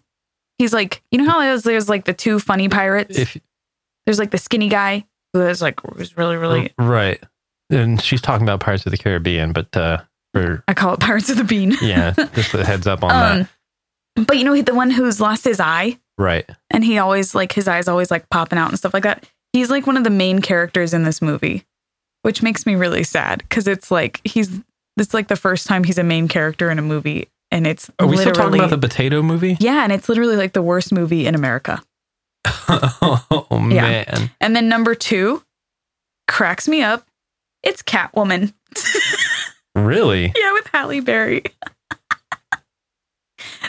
Speaker 2: He's like, you know how there's, there's like the two funny pirates?
Speaker 1: If
Speaker 2: there's like the skinny guy who is like, was really,
Speaker 1: Oh.
Speaker 2: really
Speaker 1: right, and she's talking about Pirates of the Caribbean, but uh, for
Speaker 2: I call it Pirates of the Bean. [laughs]
Speaker 1: yeah, just a heads up on that.
Speaker 2: um, but you know the one who's lost his eye
Speaker 1: Right,
Speaker 2: and he always like his eyes always like popping out and stuff like that. He's like one of the main characters in this movie, which makes me really sad because it's like he's it's like the first time he's a main character in a movie, and it's
Speaker 1: are we
Speaker 2: literally
Speaker 1: still talking about the potato movie?
Speaker 2: yeah, and it's literally like the worst movie in America.
Speaker 1: [laughs] oh man,
Speaker 2: And then number two cracks me up. It's Catwoman.
Speaker 1: really?
Speaker 2: [laughs] Yeah, with Halle Berry. [laughs] that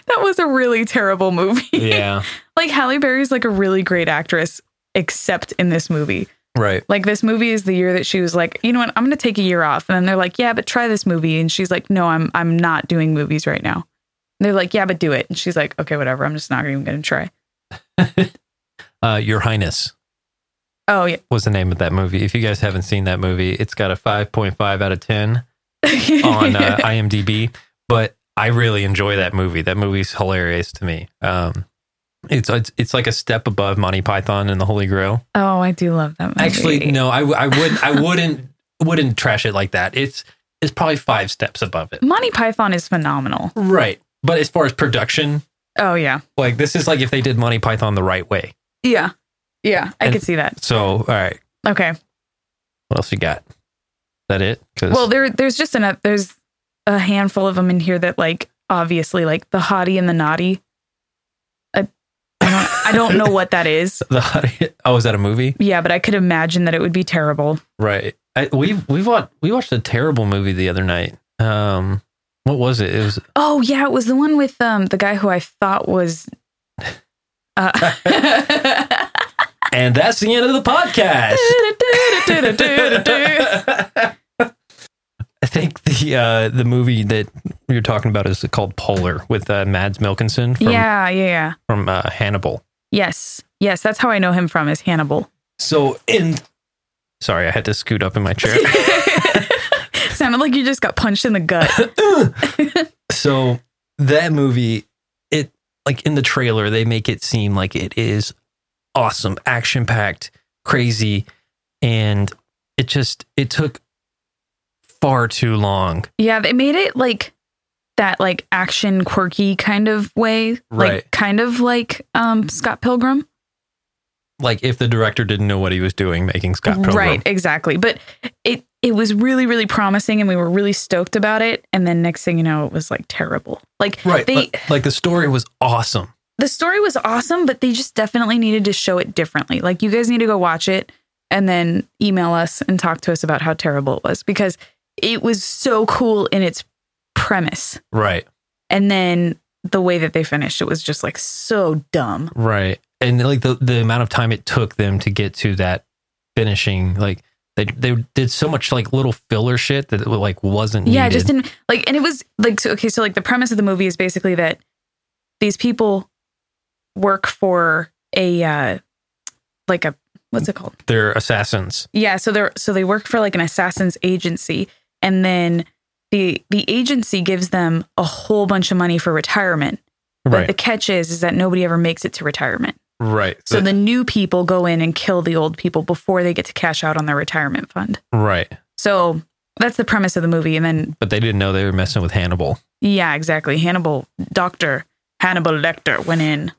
Speaker 2: that was a really terrible movie.
Speaker 1: yeah.
Speaker 2: like Halle Berry's like a really great actress, except in this movie.
Speaker 1: Right.
Speaker 2: Like this movie is the year that she was like, you know what, I'm gonna take a year off. And then they're like, Yeah, but try this movie. And she's like, No, I'm I'm not doing movies right now. And they're like, Yeah, but do it. And she's like, Okay, whatever. I'm just not even gonna try.
Speaker 1: Uh, Your Highness
Speaker 2: Oh yeah.
Speaker 1: was the name of that movie. If you guys haven't seen that movie, it's got a 5.5 out of 10 on uh, IMDb, but I really enjoy that movie. That movie's hilarious to me. Um, it's, it's it's like a step above Monty Python and the Holy Grail.
Speaker 2: [laughs] oh, I do love that movie.
Speaker 1: Actually, no, I, w- I would I wouldn't wouldn't trash it like that. It's it's probably five steps above it.
Speaker 2: Monty Python is phenomenal.
Speaker 1: Right. But as far as production,
Speaker 2: Oh yeah.
Speaker 1: like this is like if they did Monty Python the right way.
Speaker 2: Yeah. Yeah. I
Speaker 1: And-
Speaker 2: could see that.
Speaker 1: So, all right,
Speaker 2: Okay.
Speaker 1: what else you got? Is that it? 'Cause-
Speaker 2: Well, there there's just enough there's a handful of them in here that like obviously like the hottie and the naughty. I, I don't I don't know what that is.
Speaker 1: [laughs] the hottie- oh, is that a movie?
Speaker 2: Yeah, but I could imagine that it would be terrible.
Speaker 1: Right. I, we've we've watched we watched a terrible movie the other night. Um, what was it? It was
Speaker 2: Oh yeah, it was the one with um the guy who I thought was uh, [laughs]
Speaker 1: and that's the end of the
Speaker 2: [laughs]
Speaker 1: podcast. I think the uh, the movie that you're talking about is called Polar with uh, Mads Mikkelsen from
Speaker 2: Yeah, yeah, yeah.
Speaker 1: from uh, Hannibal.
Speaker 2: Yes. Yes, that's how I know him from is Hannibal.
Speaker 1: So in sorry, I had to scoot up in my chair.
Speaker 2: [laughs] Sounded like you just got punched in the gut.
Speaker 1: [laughs] so that movie, it like in the trailer they make it seem like it is awesome, action packed, crazy, and it just it took far too long.
Speaker 2: Yeah, they made it like that like action quirky kind of way.
Speaker 1: Right.
Speaker 2: Like kind of like um Scott Pilgrim.
Speaker 1: Like if the director didn't know what he was doing making Scott Pilgrim.
Speaker 2: Right, exactly. But it it was really, really promising and we were really stoked about it. And then next thing you know, it was like terrible. Like
Speaker 1: Right.
Speaker 2: they
Speaker 1: but, like the story was awesome.
Speaker 2: the story was awesome, but they just definitely needed to show it differently. Like you guys need to go watch it and then email us and talk to us about how terrible it was because it was so cool in its premise.
Speaker 1: Right.
Speaker 2: And then the way that they finished it was just like so dumb.
Speaker 1: Right. And like the the amount of time it took them to get to that finishing, like they they did so much like little filler shit that it, like wasn't
Speaker 2: Yeah, I
Speaker 1: needed.
Speaker 2: just didn't like, and it was like, so, okay, so like the premise of the movie is basically that these people work for a, uh, like a, what's it called?
Speaker 1: They're assassins.
Speaker 2: Yeah, so they're so they work for like an assassin's agency, and then the the agency gives them a whole bunch of money for retirement. But the catch is is that nobody ever makes it to retirement.
Speaker 1: right.
Speaker 2: So the new people go in and kill the old people before they get to cash out on their retirement fund.
Speaker 1: right.
Speaker 2: So that's the premise of the movie. And then
Speaker 1: But they didn't know they were messing with Hannibal.
Speaker 2: yeah, exactly. Hannibal Doctor Hannibal Lecter went in.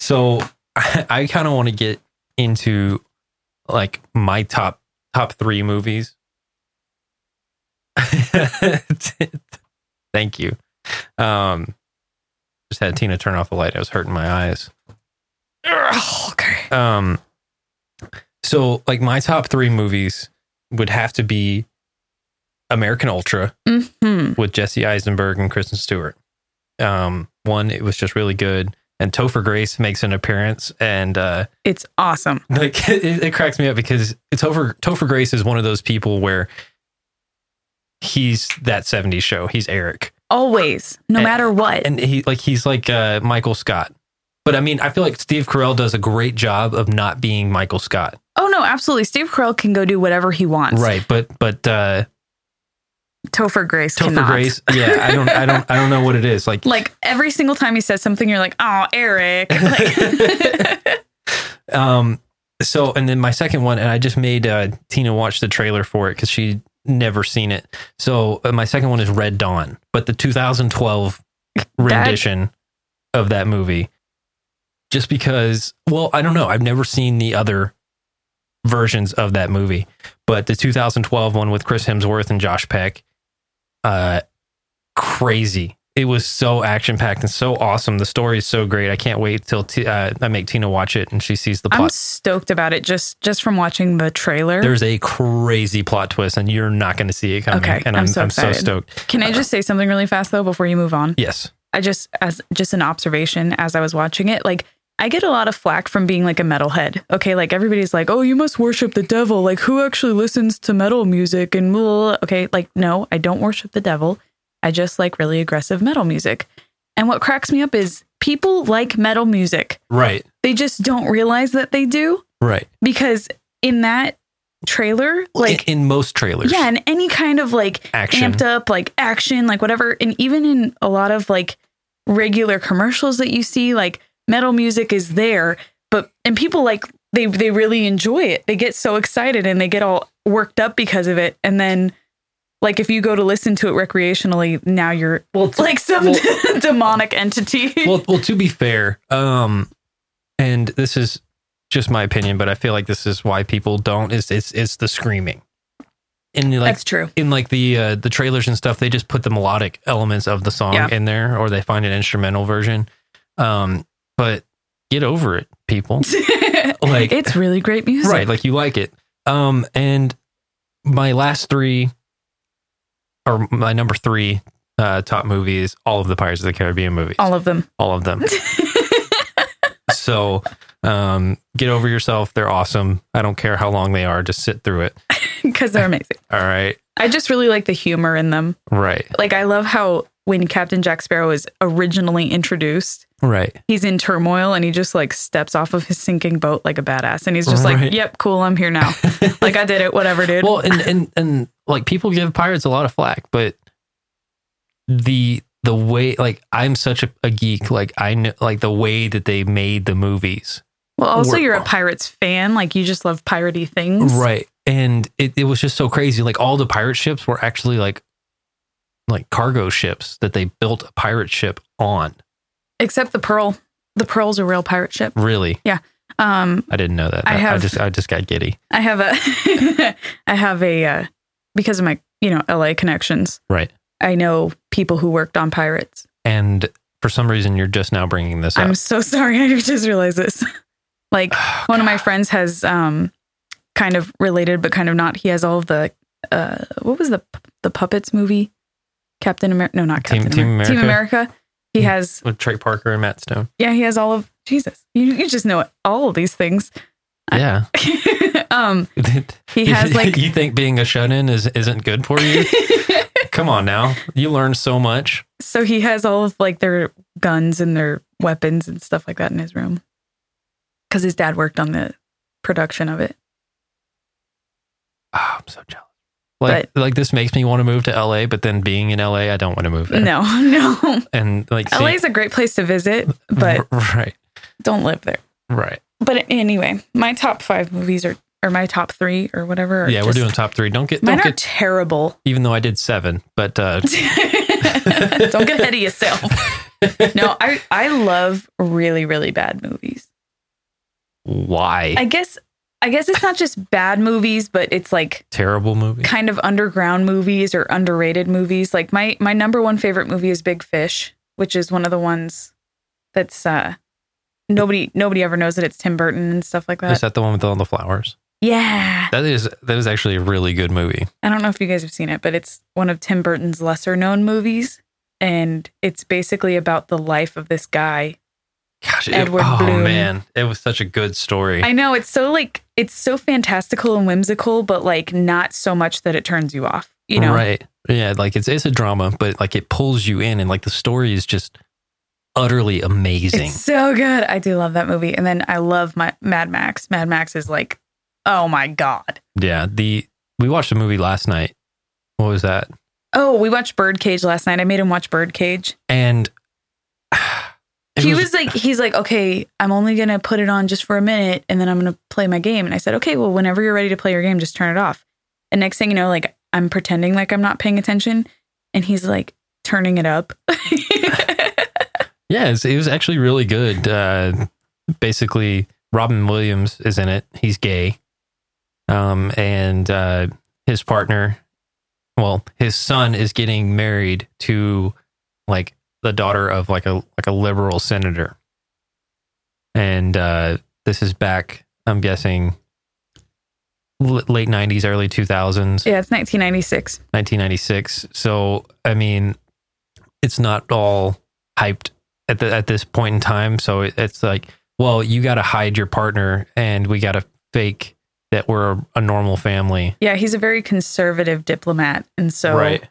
Speaker 1: So [laughs] I, I kind of want to get into like my top top three movies. [laughs] Thank you. Um, just had Tina turn off the light. I was hurting my eyes.
Speaker 2: Ugh, okay.
Speaker 1: Um, so like my top three movies would have to be American Ultra
Speaker 2: Hmm.
Speaker 1: with Jesse Eisenberg and Kristen Stewart. Um, one, it was just really good, and Topher Grace makes an appearance, and uh, [laughs]
Speaker 2: It's awesome.
Speaker 1: like it, it cracks me up because Topher Topher Grace is one of those people where he's that '70s show. He's Eric,
Speaker 2: Always, no
Speaker 1: And-
Speaker 2: matter what.
Speaker 1: and he like he's like uh, Michael Scott. But I mean, I feel like Steve Carell does a great job of not being Michael Scott.
Speaker 2: oh no, absolutely. Steve Carell can go do whatever he wants.
Speaker 1: right but but uh
Speaker 2: Topher Grace
Speaker 1: Topher
Speaker 2: cannot.
Speaker 1: grace yeah i don't i don't i don't know what it is like
Speaker 2: Like every single time he says something, you're like, "Oh,
Speaker 1: [laughs]
Speaker 2: Eric." Like, [laughs]
Speaker 1: um so and then my second one and i just made uh tina watch the trailer for it because she never seen it so uh, my second one is red dawn but the 2012 rendition of that movie just because well i don't know i've never seen the other versions of that movie but the 2012 one with chris hemsworth and josh peck uh crazy it was so action packed and so awesome the story is so great i can't wait till t- uh, i make tina watch it and she sees the
Speaker 2: I'm
Speaker 1: plot
Speaker 2: stoked about it just just from watching the trailer.
Speaker 1: there's a crazy plot twist and you're not going to see it coming
Speaker 2: Okay,
Speaker 1: and
Speaker 2: I'm
Speaker 1: i'm,
Speaker 2: so
Speaker 1: I'm so
Speaker 2: excited.
Speaker 1: stoked
Speaker 2: Can I just say something really fast though before you move on?
Speaker 1: yes
Speaker 2: I just as just an observation as I was watching it, like I get a lot of flack from being like a metalhead. Okay, like everybody's like, "Oh, you must worship the devil." Like who actually listens to metal music and blah, blah, blah. okay, like no, I don't worship the devil. I just like really aggressive metal music. And what cracks me up is people like metal music.
Speaker 1: Right.
Speaker 2: They just don't realize that they do
Speaker 1: Right.
Speaker 2: because in that trailer, like
Speaker 1: in, in most trailers.
Speaker 2: yeah, in any kind of like
Speaker 1: Action.
Speaker 2: amped up like action like whatever and even in a lot of like regular commercials that you see like metal music is there but and people like they they really enjoy it they get so excited and they get all worked up because of it and then like if you go to listen to it recreationally now you're
Speaker 1: Well, to,
Speaker 2: [laughs] like some [laughs] demonic entity
Speaker 1: well, well, to be fair, um, and this is just my opinion, but I feel like this is why people don't is it's it's the screaming. And like
Speaker 2: that's true
Speaker 1: in like the uh, the trailers and stuff, they just put the melodic elements of the song
Speaker 2: Yeah.
Speaker 1: in there, or they find an instrumental version. Um, but get over it,
Speaker 2: [laughs]
Speaker 1: people. Like-
Speaker 2: it's really great music
Speaker 1: right, like you like it. Um, and my last three, or my number three uh, top movie is all of the Pirates of the Caribbean movies,
Speaker 2: all of them
Speaker 1: all of
Speaker 2: [laughs]
Speaker 1: them. so um, get over yourself. They're awesome. I don't care how long they are. Just sit through it.
Speaker 2: because they're amazing
Speaker 1: All right,
Speaker 2: i just really like the humor in them
Speaker 1: right,
Speaker 2: like I love how when Captain Jack Sparrow is originally introduced,
Speaker 1: right.
Speaker 2: he's in turmoil and he just like steps off of his sinking boat like a badass and he's just
Speaker 1: Right.
Speaker 2: like, "Yep, cool, I'm
Speaker 1: [laughs]
Speaker 2: here now." like I did it, whatever, dude.
Speaker 1: Well, and and and like people give pirates a lot of flack, but the the way like I'm such a, a geek, like I know like the way that they made the movies,
Speaker 2: well, also
Speaker 1: we're-
Speaker 2: you're a Pirates fan, like you just love piratey things.
Speaker 1: right? And it, it was just so crazy. Like all the pirate ships were actually like like cargo ships that they built a pirate ship on.
Speaker 2: Except the Pearl. The Pearl's a real pirate ship.
Speaker 1: Really,
Speaker 2: Um
Speaker 1: I didn't know that.
Speaker 2: I have-
Speaker 1: just I just got giddy.
Speaker 2: I have a [laughs] I have a uh, because of my, you know, LA connections.
Speaker 1: Right.
Speaker 2: I know people who worked on pirates.
Speaker 1: And for some reason, you're just now bringing this
Speaker 2: I'm
Speaker 1: up.
Speaker 2: so sorry. [laughs] I just realized this.
Speaker 1: [sighs]
Speaker 2: like
Speaker 1: Oh,
Speaker 2: one of my friends has um kind of related but kind of not he has all of the uh what was the the puppets movie captain america no not
Speaker 1: Team-
Speaker 2: captain
Speaker 1: Team
Speaker 2: america. team america he
Speaker 1: Hmm.
Speaker 2: has
Speaker 1: with Trey Parker and Matt Stone.
Speaker 2: yeah he has all of jesus you, you just know all of these things [laughs]
Speaker 1: Yeah. [laughs]
Speaker 2: um he has like
Speaker 1: you think being a shut in is isn't good for
Speaker 2: [laughs]
Speaker 1: you? Come on now, you learn so much.
Speaker 2: so he has all of like their guns and their weapons and stuff like that in his room because his dad worked on the production of it
Speaker 1: Oh, I'm so jealous. Like like this makes me want to move to LA, but then being in LA, I don't want to move there.
Speaker 2: no [laughs] no
Speaker 1: And like
Speaker 2: LA is a great place to visit
Speaker 1: Mm-hmm.
Speaker 2: but
Speaker 1: [laughs] right,
Speaker 2: don't live there
Speaker 1: right.
Speaker 2: But anyway, my top five movies are, or my top three or whatever. Are
Speaker 1: Yeah, we're
Speaker 2: just-
Speaker 1: doing top three. Don't get
Speaker 2: Mine
Speaker 1: don't
Speaker 2: are
Speaker 1: get [laughs]
Speaker 2: terrible.
Speaker 1: even though I did seven, but
Speaker 2: [laughs]
Speaker 1: uh,
Speaker 2: Don't get
Speaker 1: [laughs]
Speaker 2: ahead of yourself. No, I I love really really bad movies.
Speaker 1: why
Speaker 2: I guess I guess it's not just bad movies, but it's like
Speaker 1: terrible movie?
Speaker 2: kind of underground movies or underrated movies. Like my my number one favorite movie is Big Fish, which is one of the ones that's uh nobody nobody ever knows that it's Tim Burton and stuff like
Speaker 1: Is
Speaker 2: that.
Speaker 1: that the one with all the flowers?
Speaker 2: Yeah.
Speaker 1: That is that is actually a really good movie.
Speaker 2: I don't know if you guys have seen it, but it's one of Tim Burton's lesser known movies. And it's basically about the life of this guy.
Speaker 1: Gosh, it-
Speaker 2: Edward
Speaker 1: oh
Speaker 2: Bloom.
Speaker 1: man, it was such a good story.
Speaker 2: I know it's so like, it's so fantastical and whimsical, but like not so much that it turns you off, you know?
Speaker 1: right yeah like it's it's a drama but like it pulls you in and like the story is just utterly amazing
Speaker 2: It's so good. I do love that movie. And then I love my Mad Max. Mad Max is like, oh my God.
Speaker 1: yeah the we watched a movie last night what was that
Speaker 2: Oh, we watched Birdcage last night. I made him watch Birdcage.
Speaker 1: and [sighs] it
Speaker 2: he was, like, he's like, okay, I'm only going to put it on just for a minute and then I'm going to play my game. And I said, okay, well, whenever you're ready to play your game, just turn it off. And next thing you know, like, I'm pretending like I'm not paying attention. And he's like, turning it up. [laughs]
Speaker 1: yeah it's, it was actually really good uh basically robin williams is in it he's gay um and uh his partner well his son is getting married to like the daughter of like a like a liberal senator and uh this is back i'm guessing l- late 90s early 2000s
Speaker 2: yeah, it's 1996.
Speaker 1: 1996 so i mean it's not all hyped at the, at this point in time. So it, it's like, well, you got to hide your partner, and we got to fake that we're a, a normal family,
Speaker 2: Yeah, he's a very conservative diplomat, and so
Speaker 1: right?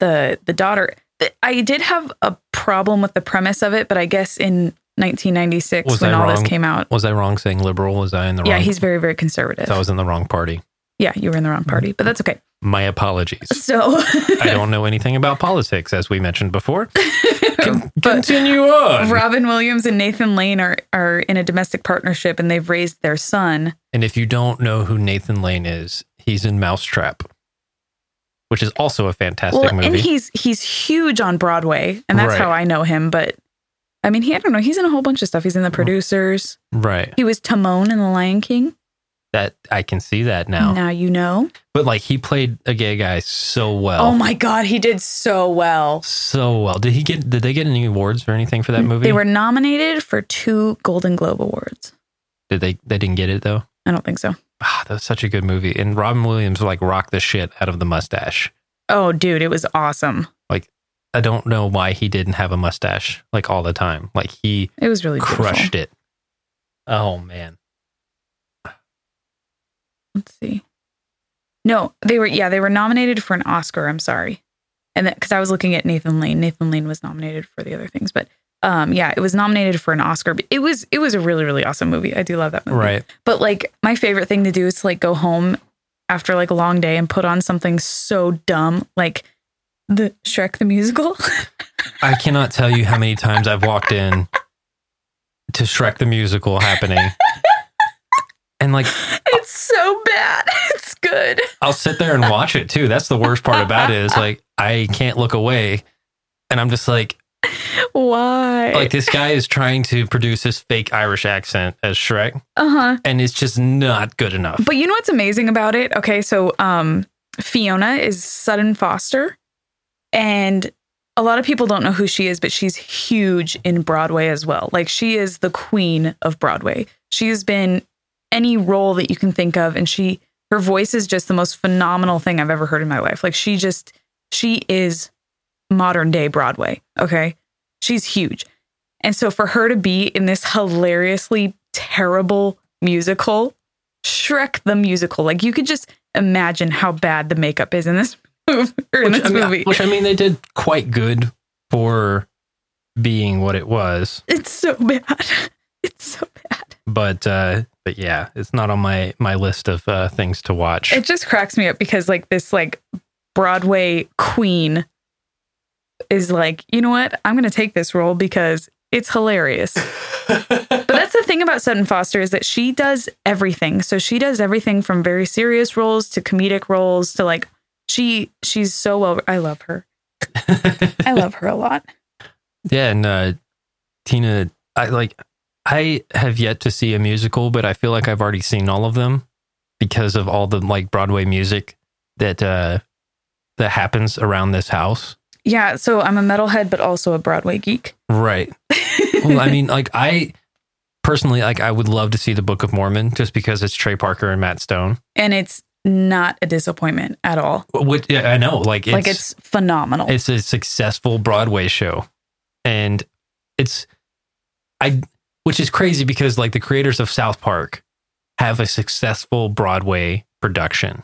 Speaker 2: the the daughter. th- I did have a problem with the premise of it, but I guess in 1996
Speaker 1: Was
Speaker 2: when
Speaker 1: I
Speaker 2: all this
Speaker 1: wrong?
Speaker 2: came out,
Speaker 1: Was I wrong saying liberal? Was I in the
Speaker 2: yeah,
Speaker 1: wrong?
Speaker 2: he's very very conservative.
Speaker 1: so I was in the wrong party.
Speaker 2: yeah, you were in the wrong party, but that's okay.
Speaker 1: My apologies.
Speaker 2: [laughs] So
Speaker 1: I don't know anything about politics, as we mentioned
Speaker 2: [laughs]
Speaker 1: before. Con-
Speaker 2: But-
Speaker 1: continue on.
Speaker 2: Robin Williams and Nathan Lane are are in a domestic partnership, and they've raised their son.
Speaker 1: And if you don't know who Nathan Lane is, he's in Mousetrap, which is also a fantastic
Speaker 2: well,
Speaker 1: movie.
Speaker 2: and he's he's huge on Broadway, and that's
Speaker 1: Right.
Speaker 2: how I know him. But I mean, he I don't know. He's in a whole bunch of stuff. He's in the producers.
Speaker 1: right.
Speaker 2: He was Timon in The Lion King.
Speaker 1: That I can see that now.
Speaker 2: Now you know.
Speaker 1: But like he played a gay guy so well.
Speaker 2: Oh my God, he did so well.
Speaker 1: so well. Did he get did they get any awards or anything for that movie?
Speaker 2: Mm, They were nominated for two Golden Globe awards.
Speaker 1: did they they didn't get it though?
Speaker 2: I don't think so.
Speaker 1: Ah, that was such a good movie. And Robin Williams like rocked the shit out of the mustache.
Speaker 2: Oh, dude, it was awesome.
Speaker 1: I don't know why he didn't have a mustache like all the time. Like he
Speaker 2: It was really beautiful.
Speaker 1: crushed it. Oh man.
Speaker 2: Let's see. No, they were yeah, they were nominated for an Oscar. I'm sorry, and because I was looking at Nathan Lane. Nathan Lane was nominated for the other things, but um, yeah, it was nominated for an Oscar. But It was it was a really really awesome movie. I do love that movie.
Speaker 1: Right.
Speaker 2: But like my favorite thing to do is to like go home after like a long day and put on something so dumb like the Shrek the musical. [laughs]
Speaker 1: I cannot tell you how many times I've walked in to Shrek the musical
Speaker 2: [laughs]
Speaker 1: happening. And like
Speaker 2: it's so bad. [laughs] It's good.
Speaker 1: I'll sit there and watch it too. That's the worst part about it is like I can't look away. And I'm just like
Speaker 2: Why?
Speaker 1: like this guy is trying to produce this fake Irish accent as Shrek
Speaker 2: uh huh.
Speaker 1: and it's just not good enough.
Speaker 2: But you know what's amazing about it? Okay, so um, Fiona is Sutton Foster, and a lot of people don't know who she is, but she's huge in Broadway as well. Like she is the queen of Broadway. She has been any role that you can think of, and she her voice is just the most phenomenal thing I've ever heard in my life. Like she just she is modern day Broadway. Okay, she's huge, and so for her to be in this hilariously terrible musical Shrek the musical. Like you could just imagine how bad the makeup is in this [laughs] movie. Or in
Speaker 1: which,
Speaker 2: this
Speaker 1: I mean,
Speaker 2: movie.
Speaker 1: which I mean they did quite good for being what it was.
Speaker 2: It's so bad. [laughs] It's so bad.
Speaker 1: But uh but yeah, it's not on my my list of uh things to watch.
Speaker 2: It just cracks me up because like this like Broadway queen is like, you know what? I'm gonna take this role because it's hilarious. But that's the thing about Sutton Foster is that she does everything. So she does everything from very serious roles to comedic roles to like she she's so well I love her. I love her a lot.
Speaker 1: Yeah, and uh, Tina, I like. I have yet to see a musical, but I feel like I've already seen all of them because of all the like Broadway music that uh, that happens around this house.
Speaker 2: Yeah, so I'm a metalhead, but also a Broadway geek.
Speaker 1: Right. Well, I mean, like I personally, like I would love to see the Book of Mormon just because it's Trey Parker and Matt Stone.
Speaker 2: [laughs] and it's not a disappointment at all.
Speaker 1: Which yeah, I know, like it's,
Speaker 2: like it's phenomenal.
Speaker 1: it's a successful Broadway show, and it's I, which is crazy because like the creators of South Park have a successful Broadway production,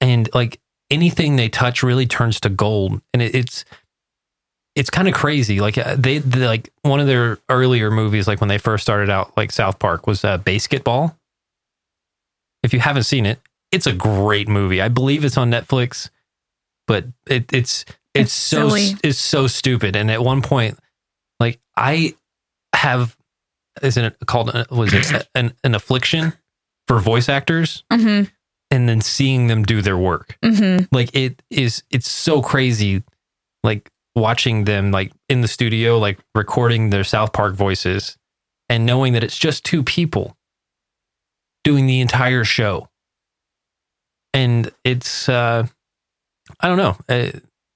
Speaker 1: and like anything they touch really turns to gold, and it, it's it's kind of crazy. Like uh, they, they like one of their earlier movies, like when they first started out, like South Park was uh, Basketball. If you haven't seen it, it's a great movie. I believe it's on Netflix, but it, it's it's,
Speaker 2: It's
Speaker 1: so
Speaker 2: silly.
Speaker 1: it's so stupid. And at one point, like I have, isn't it called uh, was it an an affliction for voice actors?
Speaker 2: mm-hmm,
Speaker 1: And then seeing them do their work
Speaker 2: mm-hmm.
Speaker 1: like it is it's so crazy like watching them like in the studio like recording their south park voices and knowing that it's just two people doing the entire show and it's uh i don't know I,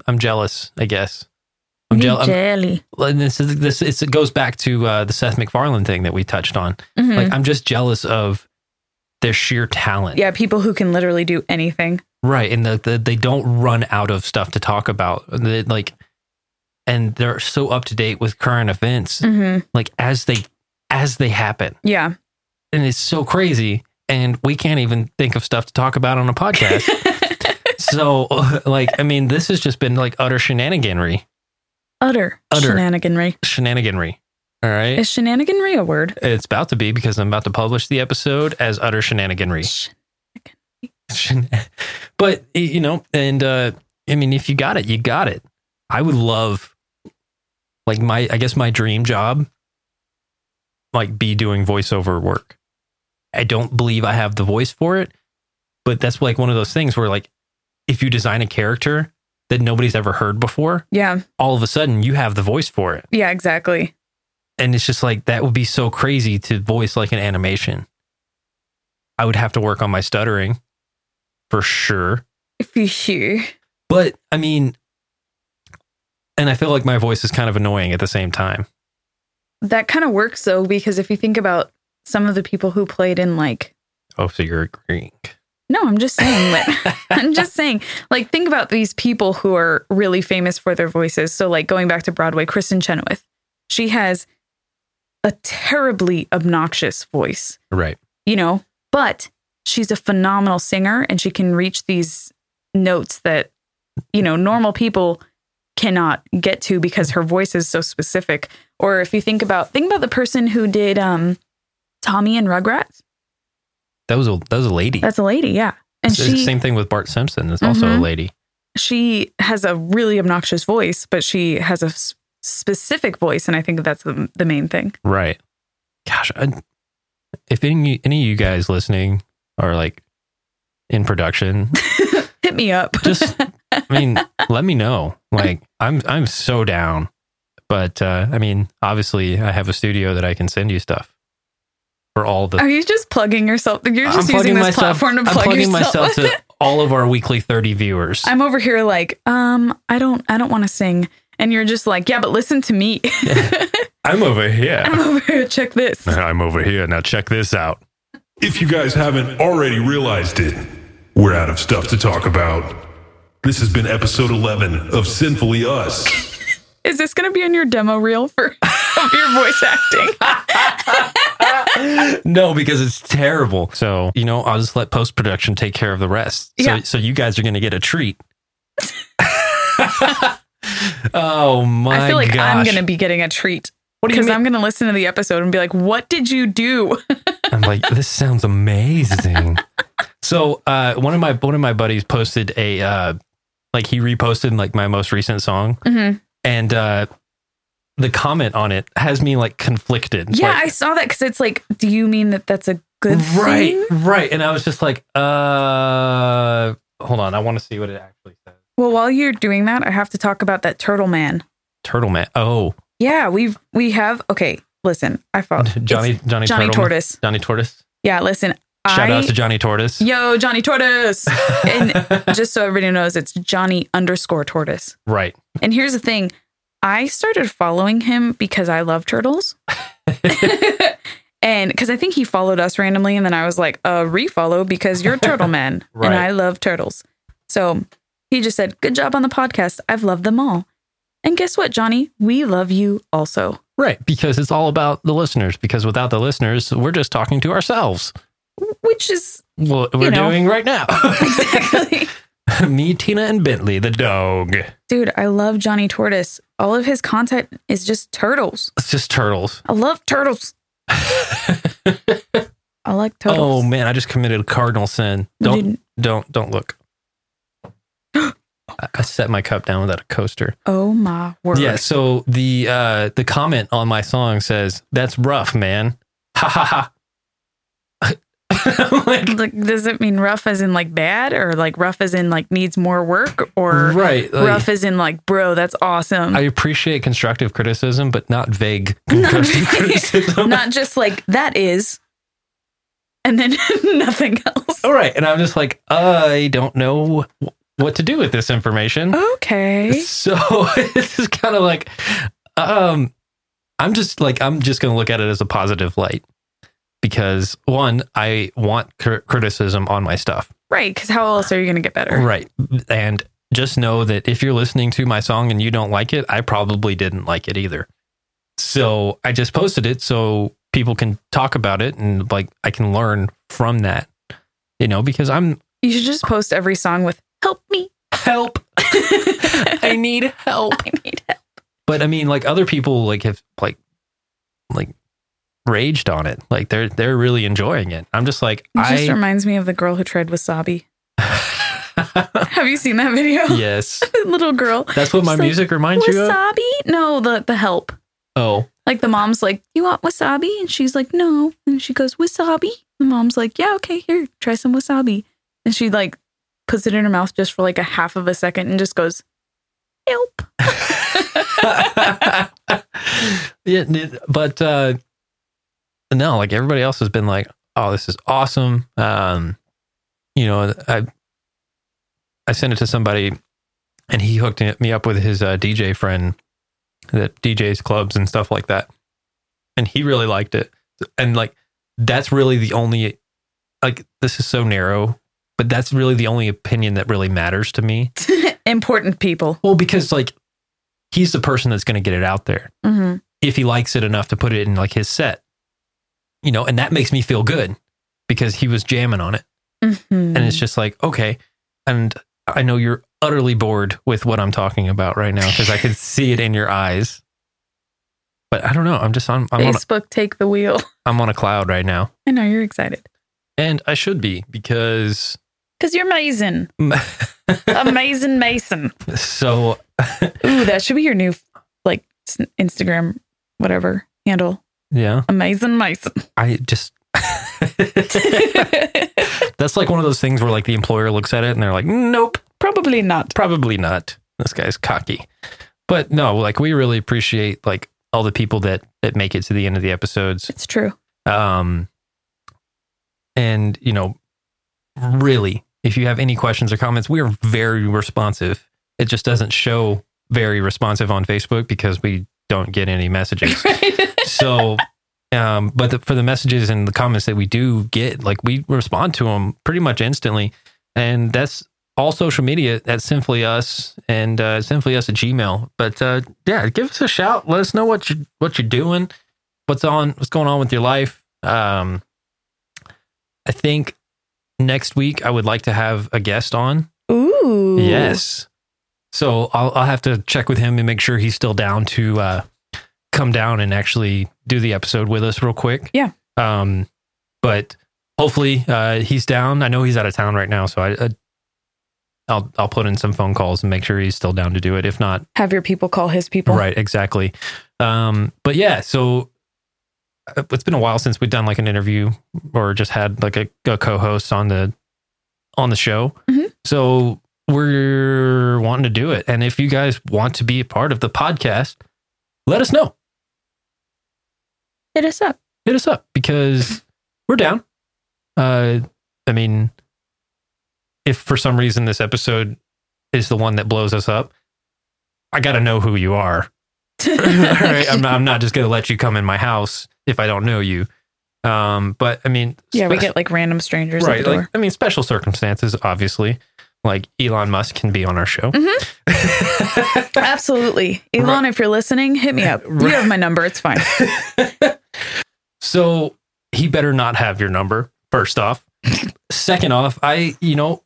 Speaker 1: i'm jealous i guess i'm jealous
Speaker 2: jelly.
Speaker 1: and this is this it's, it goes back to uh the seth macfarlane thing that we touched on
Speaker 2: Mhm.
Speaker 1: like i'm just jealous of their sheer talent
Speaker 2: yeah, people who can literally do anything.
Speaker 1: Right, and the, the, they don't run out of stuff to talk about. They, like and they're so up to date with current events,
Speaker 2: Mm-hmm.
Speaker 1: like as they as they happen,
Speaker 2: Yeah.
Speaker 1: and it's so crazy. And we can't even think of stuff to talk about on a podcast. so, [laughs] like, I mean, this has just been like utter shenaniganry,
Speaker 2: Utter,
Speaker 1: Utter.
Speaker 2: shenaniganry.
Speaker 1: shenaniganry. All right,
Speaker 2: Is shenaniganry a word?
Speaker 1: it's about to be because I'm about to publish the episode as utter shenaniganry.
Speaker 2: Sh-
Speaker 1: Shen- [laughs] but y- you know and uh i mean if you got it you got it i would love like my i guess my dream job like be doing voiceover work i don't believe i have the voice for it but that's like one of those things where like if you design a character that nobody's ever heard before
Speaker 2: Yeah.
Speaker 1: all of a sudden you have the voice for it
Speaker 2: Yeah, exactly.
Speaker 1: and it's just like that would be so crazy to voice like an animation i would have to work on my stuttering for sure
Speaker 2: For sure.
Speaker 1: but I mean, and I feel like my voice is kind of annoying at the same time.
Speaker 2: That kind of works though, because if you think about some of the people who played in like,
Speaker 1: Oh, so you're agreeing?
Speaker 2: no, I'm just saying that.
Speaker 1: [laughs]
Speaker 2: I'm just saying, like, think about these people who are really famous for their voices. So, like, going back to Broadway, Kristen Chenoweth, she has a terribly obnoxious voice,
Speaker 1: right.
Speaker 2: you know, but she's a phenomenal singer and she can reach these notes that, you know, normal people cannot get to because her voice is so specific. Or if you think about, think about the person who did um, Tommy and Rugrats.
Speaker 1: That was a that was a lady.
Speaker 2: That's a lady, yeah. And
Speaker 1: It's the
Speaker 2: she,
Speaker 1: same thing with Bart Simpson. It's also a
Speaker 2: Mhm.
Speaker 1: lady.
Speaker 2: she has a really obnoxious voice, but she has a s- specific voice, and I think that's the, the main thing.
Speaker 1: Right. Gosh, I, if any any of you guys listening are like in production,
Speaker 2: Hit me up.
Speaker 1: Just- I
Speaker 2: [laughs]
Speaker 1: mean, let me know. Like, I'm I'm so down. But uh, I mean, obviously, I have a studio that I can send you stuff for all the
Speaker 2: Are you just plugging yourself? You're just using this platform to plug
Speaker 1: I'm plugging
Speaker 2: yourself.
Speaker 1: myself
Speaker 2: [laughs]
Speaker 1: to all of our weekly 30 viewers.
Speaker 2: I'm over here like, um, I don't, I don't want to sing, and you're just like, yeah, but listen to me. [laughs]
Speaker 1: I'm over here.
Speaker 2: I'm over here. Check
Speaker 1: [laughs]
Speaker 2: this.
Speaker 1: I'm over here. Now check this out.
Speaker 3: If you guys haven't already realized it, we're out of stuff to talk about. This has been episode 11 of Sinfully Us.
Speaker 2: Is this gonna be on your demo reel for [laughs] of your voice acting?
Speaker 1: No, because it's terrible. So, you know, I'll just let post production take care of the rest. So,
Speaker 2: Yeah.
Speaker 1: so you guys are going to get a
Speaker 2: [laughs]
Speaker 1: treat. oh my
Speaker 2: I feel like
Speaker 1: gosh.
Speaker 2: I'm gonna be getting a treat
Speaker 1: what do you
Speaker 2: because
Speaker 1: mean?
Speaker 2: I'm gonna listen to the episode and be like, what did you do? [laughs]
Speaker 1: I'm like, this sounds amazing. so uh, one of my one of my buddies posted a uh, like he reposted like my most recent song,
Speaker 2: Mhm.
Speaker 1: and uh, the comment on it has me like conflicted. It's
Speaker 2: Yeah,
Speaker 1: like,
Speaker 2: I saw that because it's like, do you mean that that's a good
Speaker 1: right,
Speaker 2: thing?
Speaker 1: right. And I was just like, uh, hold on, I want to see what it actually says.
Speaker 2: Well, while you're doing that, I have to talk about that turtle man.
Speaker 1: Turtle man. Oh,
Speaker 2: Yeah, we've we have okay. Listen, I found
Speaker 1: [laughs] Johnny Johnny,
Speaker 2: Oh, Johnny
Speaker 1: Turtle-
Speaker 2: Tortoise.
Speaker 1: Johnny Tortoise.
Speaker 2: Yeah, listen,
Speaker 1: Shout
Speaker 2: I
Speaker 1: out to Johnny Tortoise.
Speaker 2: yo Johnny Tortoise. and- Just so everybody knows, it's Johnny underscore Tortoise.
Speaker 1: right.
Speaker 2: And here's the thing, I started following him because I love turtles. And because I think he followed us randomly, and then I was like, uh, refollow because you're Turtle Man,
Speaker 1: Right.
Speaker 2: and I love turtles. So he just said, Good job on the podcast. I've loved them all. And guess what, Johnny? We love you also.
Speaker 1: Right, because it's all about the listeners. Because without the listeners, we're just talking to ourselves.
Speaker 2: Which is [laughs]
Speaker 1: what we're
Speaker 2: know.
Speaker 1: doing right now. [laughs]
Speaker 2: exactly.
Speaker 1: Me, Tina, and Bentley, the dog.
Speaker 2: Dude, I love Johnny Tortoise. All of his content is just turtles.
Speaker 1: It's just turtles.
Speaker 2: I love [laughs] turtles. I like
Speaker 1: Oh
Speaker 2: turtles.
Speaker 1: man, I just committed a cardinal sin.
Speaker 2: You
Speaker 1: Don't
Speaker 2: didn't-
Speaker 1: don't don't
Speaker 2: [gasps]
Speaker 1: look. I- I set my cup down without a coaster.
Speaker 2: oh my word.
Speaker 1: Yeah, so the uh the comment on my song says, That's rough, man. Ha ha [laughs] ha. I'm like
Speaker 2: Like, does it mean rough as in like bad or like rough as in like needs more work or
Speaker 1: Right. like,
Speaker 2: rough as in like bro that's awesome
Speaker 1: I appreciate constructive criticism, but not
Speaker 2: [laughs]
Speaker 1: vague constructive
Speaker 2: vague.
Speaker 1: criticism.
Speaker 2: [laughs] not just like that is and then [laughs] nothing else
Speaker 1: All right. And I'm just like, I don't know wh- what to do with this information.
Speaker 2: okay
Speaker 1: So [laughs] it's just kind of like, um, I'm just like, I'm just going to look at it as a positive light because one, I want cr- criticism on my stuff.
Speaker 2: right because how else are you gonna get better
Speaker 1: Right. And just know that if you're listening to my song and you don't like it, I probably didn't like it either. So I just posted it so people can talk about it and like I can learn from that, you know, because I'm [laughs]
Speaker 2: You should just post every song with "Help me." [laughs]
Speaker 1: help. I
Speaker 2: I
Speaker 1: need help.
Speaker 2: need help.
Speaker 1: But I mean, like other people like have like like raged on it. Like they're they're really enjoying it. I'm just like
Speaker 2: It just
Speaker 1: I
Speaker 2: reminds me of the girl who tried wasabi.
Speaker 1: Uh,
Speaker 2: Have you seen that video?
Speaker 1: [laughs] yes.
Speaker 2: The [laughs] Little girl.
Speaker 1: That's what my
Speaker 2: She's like,
Speaker 1: music reminds you of.
Speaker 2: Wasabi? No, the the help.
Speaker 1: Oh,
Speaker 2: Like the mom's like, "You want wasabi?" And she's like, "No." And she goes, "Wasabi?" The mom's like, "Yeah, okay, here, try some wasabi." And she like puts it in her mouth just for like a half of a second and just goes, "Help."
Speaker 1: yeah, [laughs] n- but uh, no, like everybody else has been like, "Oh, this is awesome." Um, you know, I I sent it to somebody, and he hooked it- me up with his uh, DJ friend that DJs clubs and stuff like that, and he really liked it. And like, that's really the only like this is so narrow, but that's really the only opinion that really matters to me.
Speaker 2: Important people.
Speaker 1: Well, because like he's the person that's going to get it out there
Speaker 2: Mm-hmm.
Speaker 1: if he likes it enough to put it in like his set. You know, and that makes me feel good because he was jamming on it.
Speaker 2: Mm-hmm.
Speaker 1: And it's just like, okay. And I know you're utterly bored with what I'm talking about right now because I could see it in your eyes. But I don't know. I'm just on I'm on a,
Speaker 2: Facebook take the wheel. [laughs]
Speaker 1: I'm on a cloud right now.
Speaker 2: I know you're excited
Speaker 1: And I should be because
Speaker 2: because
Speaker 1: [laughs]
Speaker 2: you're amazing, amazing Mason.
Speaker 1: so
Speaker 2: Ooh, that should be your new like s- Instagram whatever handle.
Speaker 1: yeah,
Speaker 2: Amazing
Speaker 1: [laughs]
Speaker 2: Mason. [laughs]
Speaker 1: I just That's like one of those things where like the employer looks at it and they're like, "Nope."
Speaker 2: Probably not.
Speaker 1: probably not. This guy's cocky. But no, like we really appreciate like all the people that that make it to the end of the episodes.
Speaker 2: It's [laughs] true.
Speaker 1: Um and you know, really, if you have any questions or comments, we are very responsive. It just doesn't show very responsive on Facebook because we don't get any messages. so um but the, for the messages and the comments that we do get like we respond to them pretty much instantly and that's all social media at simply us and uh simply us at gmail but uh yeah give us a shout let us know what you what you're doing what's on what's going on with your life um i think next week i would like to have a guest on
Speaker 2: Ooh.
Speaker 1: Yes. So I'll I'll have to check with him and make sure he's still down to uh, come down and actually do the episode with us real quick.
Speaker 2: Yeah.
Speaker 1: Um, but hopefully uh, he's down. I know he's out of town right now, so I, I I'll I'll put in some phone calls and make sure he's still down to do it. If not,
Speaker 2: Have your people call his people.
Speaker 1: Right, exactly. Um, but yeah, so uh, it's been a while since we've done like an interview or just had like a, a co-host on the on the show.
Speaker 2: Mhm.
Speaker 1: So we're wanting to do it, and if you guys want to be a part of the podcast, let us know.
Speaker 2: Hit us [laughs] up.
Speaker 1: Hit us up because we're down. Uh, I mean, if for some reason this episode is the one that blows us up, I got to know who you are. [laughs] All [laughs] right, I'm not, I'm not just going to let you come in my house if I don't know you. Um, but I mean, [laughs]
Speaker 2: yeah, we
Speaker 1: spec-
Speaker 2: get like random strangers at
Speaker 1: right.
Speaker 2: the door.
Speaker 1: Like, I mean, special circumstances, obviously. Like Elon Musk can be on our show.
Speaker 2: Mm-hmm. Absolutely. Elon, if you're listening, hit me up.
Speaker 1: [laughs] Right.
Speaker 2: You have my number. It's
Speaker 1: [laughs]
Speaker 2: fine.
Speaker 1: [laughs] so he better not have your number. First off, second off, I you know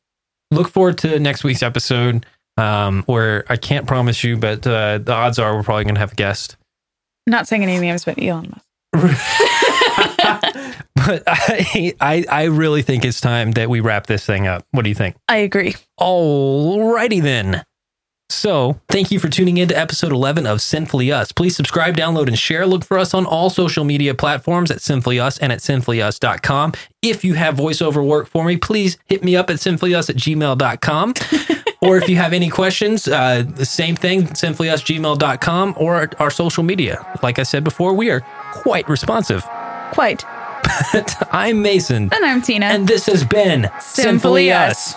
Speaker 1: look forward to next week's episode um, where I can't promise you, but uh, the odds are we're probably going to have a
Speaker 2: [laughs]
Speaker 1: guest. [laughs]
Speaker 2: Not saying any names, but Elon Musk.
Speaker 1: but I, I I really think it's time that we wrap this thing up. What do you think?
Speaker 2: I agree.
Speaker 1: Alrighty then. So, thank you for tuning in to episode 11 of Sinfully Us. Please subscribe, download, and share. Look for us on all social media platforms at Sinfully Us and at sinfullyus.com. If you have voiceover work for me, please hit me up at sinfullyus at
Speaker 2: [laughs]
Speaker 1: gmail.com. or if you have any questions, uh, the same thing, sinfullyusgmail.com or our, our social media. Like I said before, we are quite responsive.
Speaker 2: Quite.
Speaker 1: I'm Mason,
Speaker 2: And I'm Tina.
Speaker 1: and this has been
Speaker 2: Sinfully Us.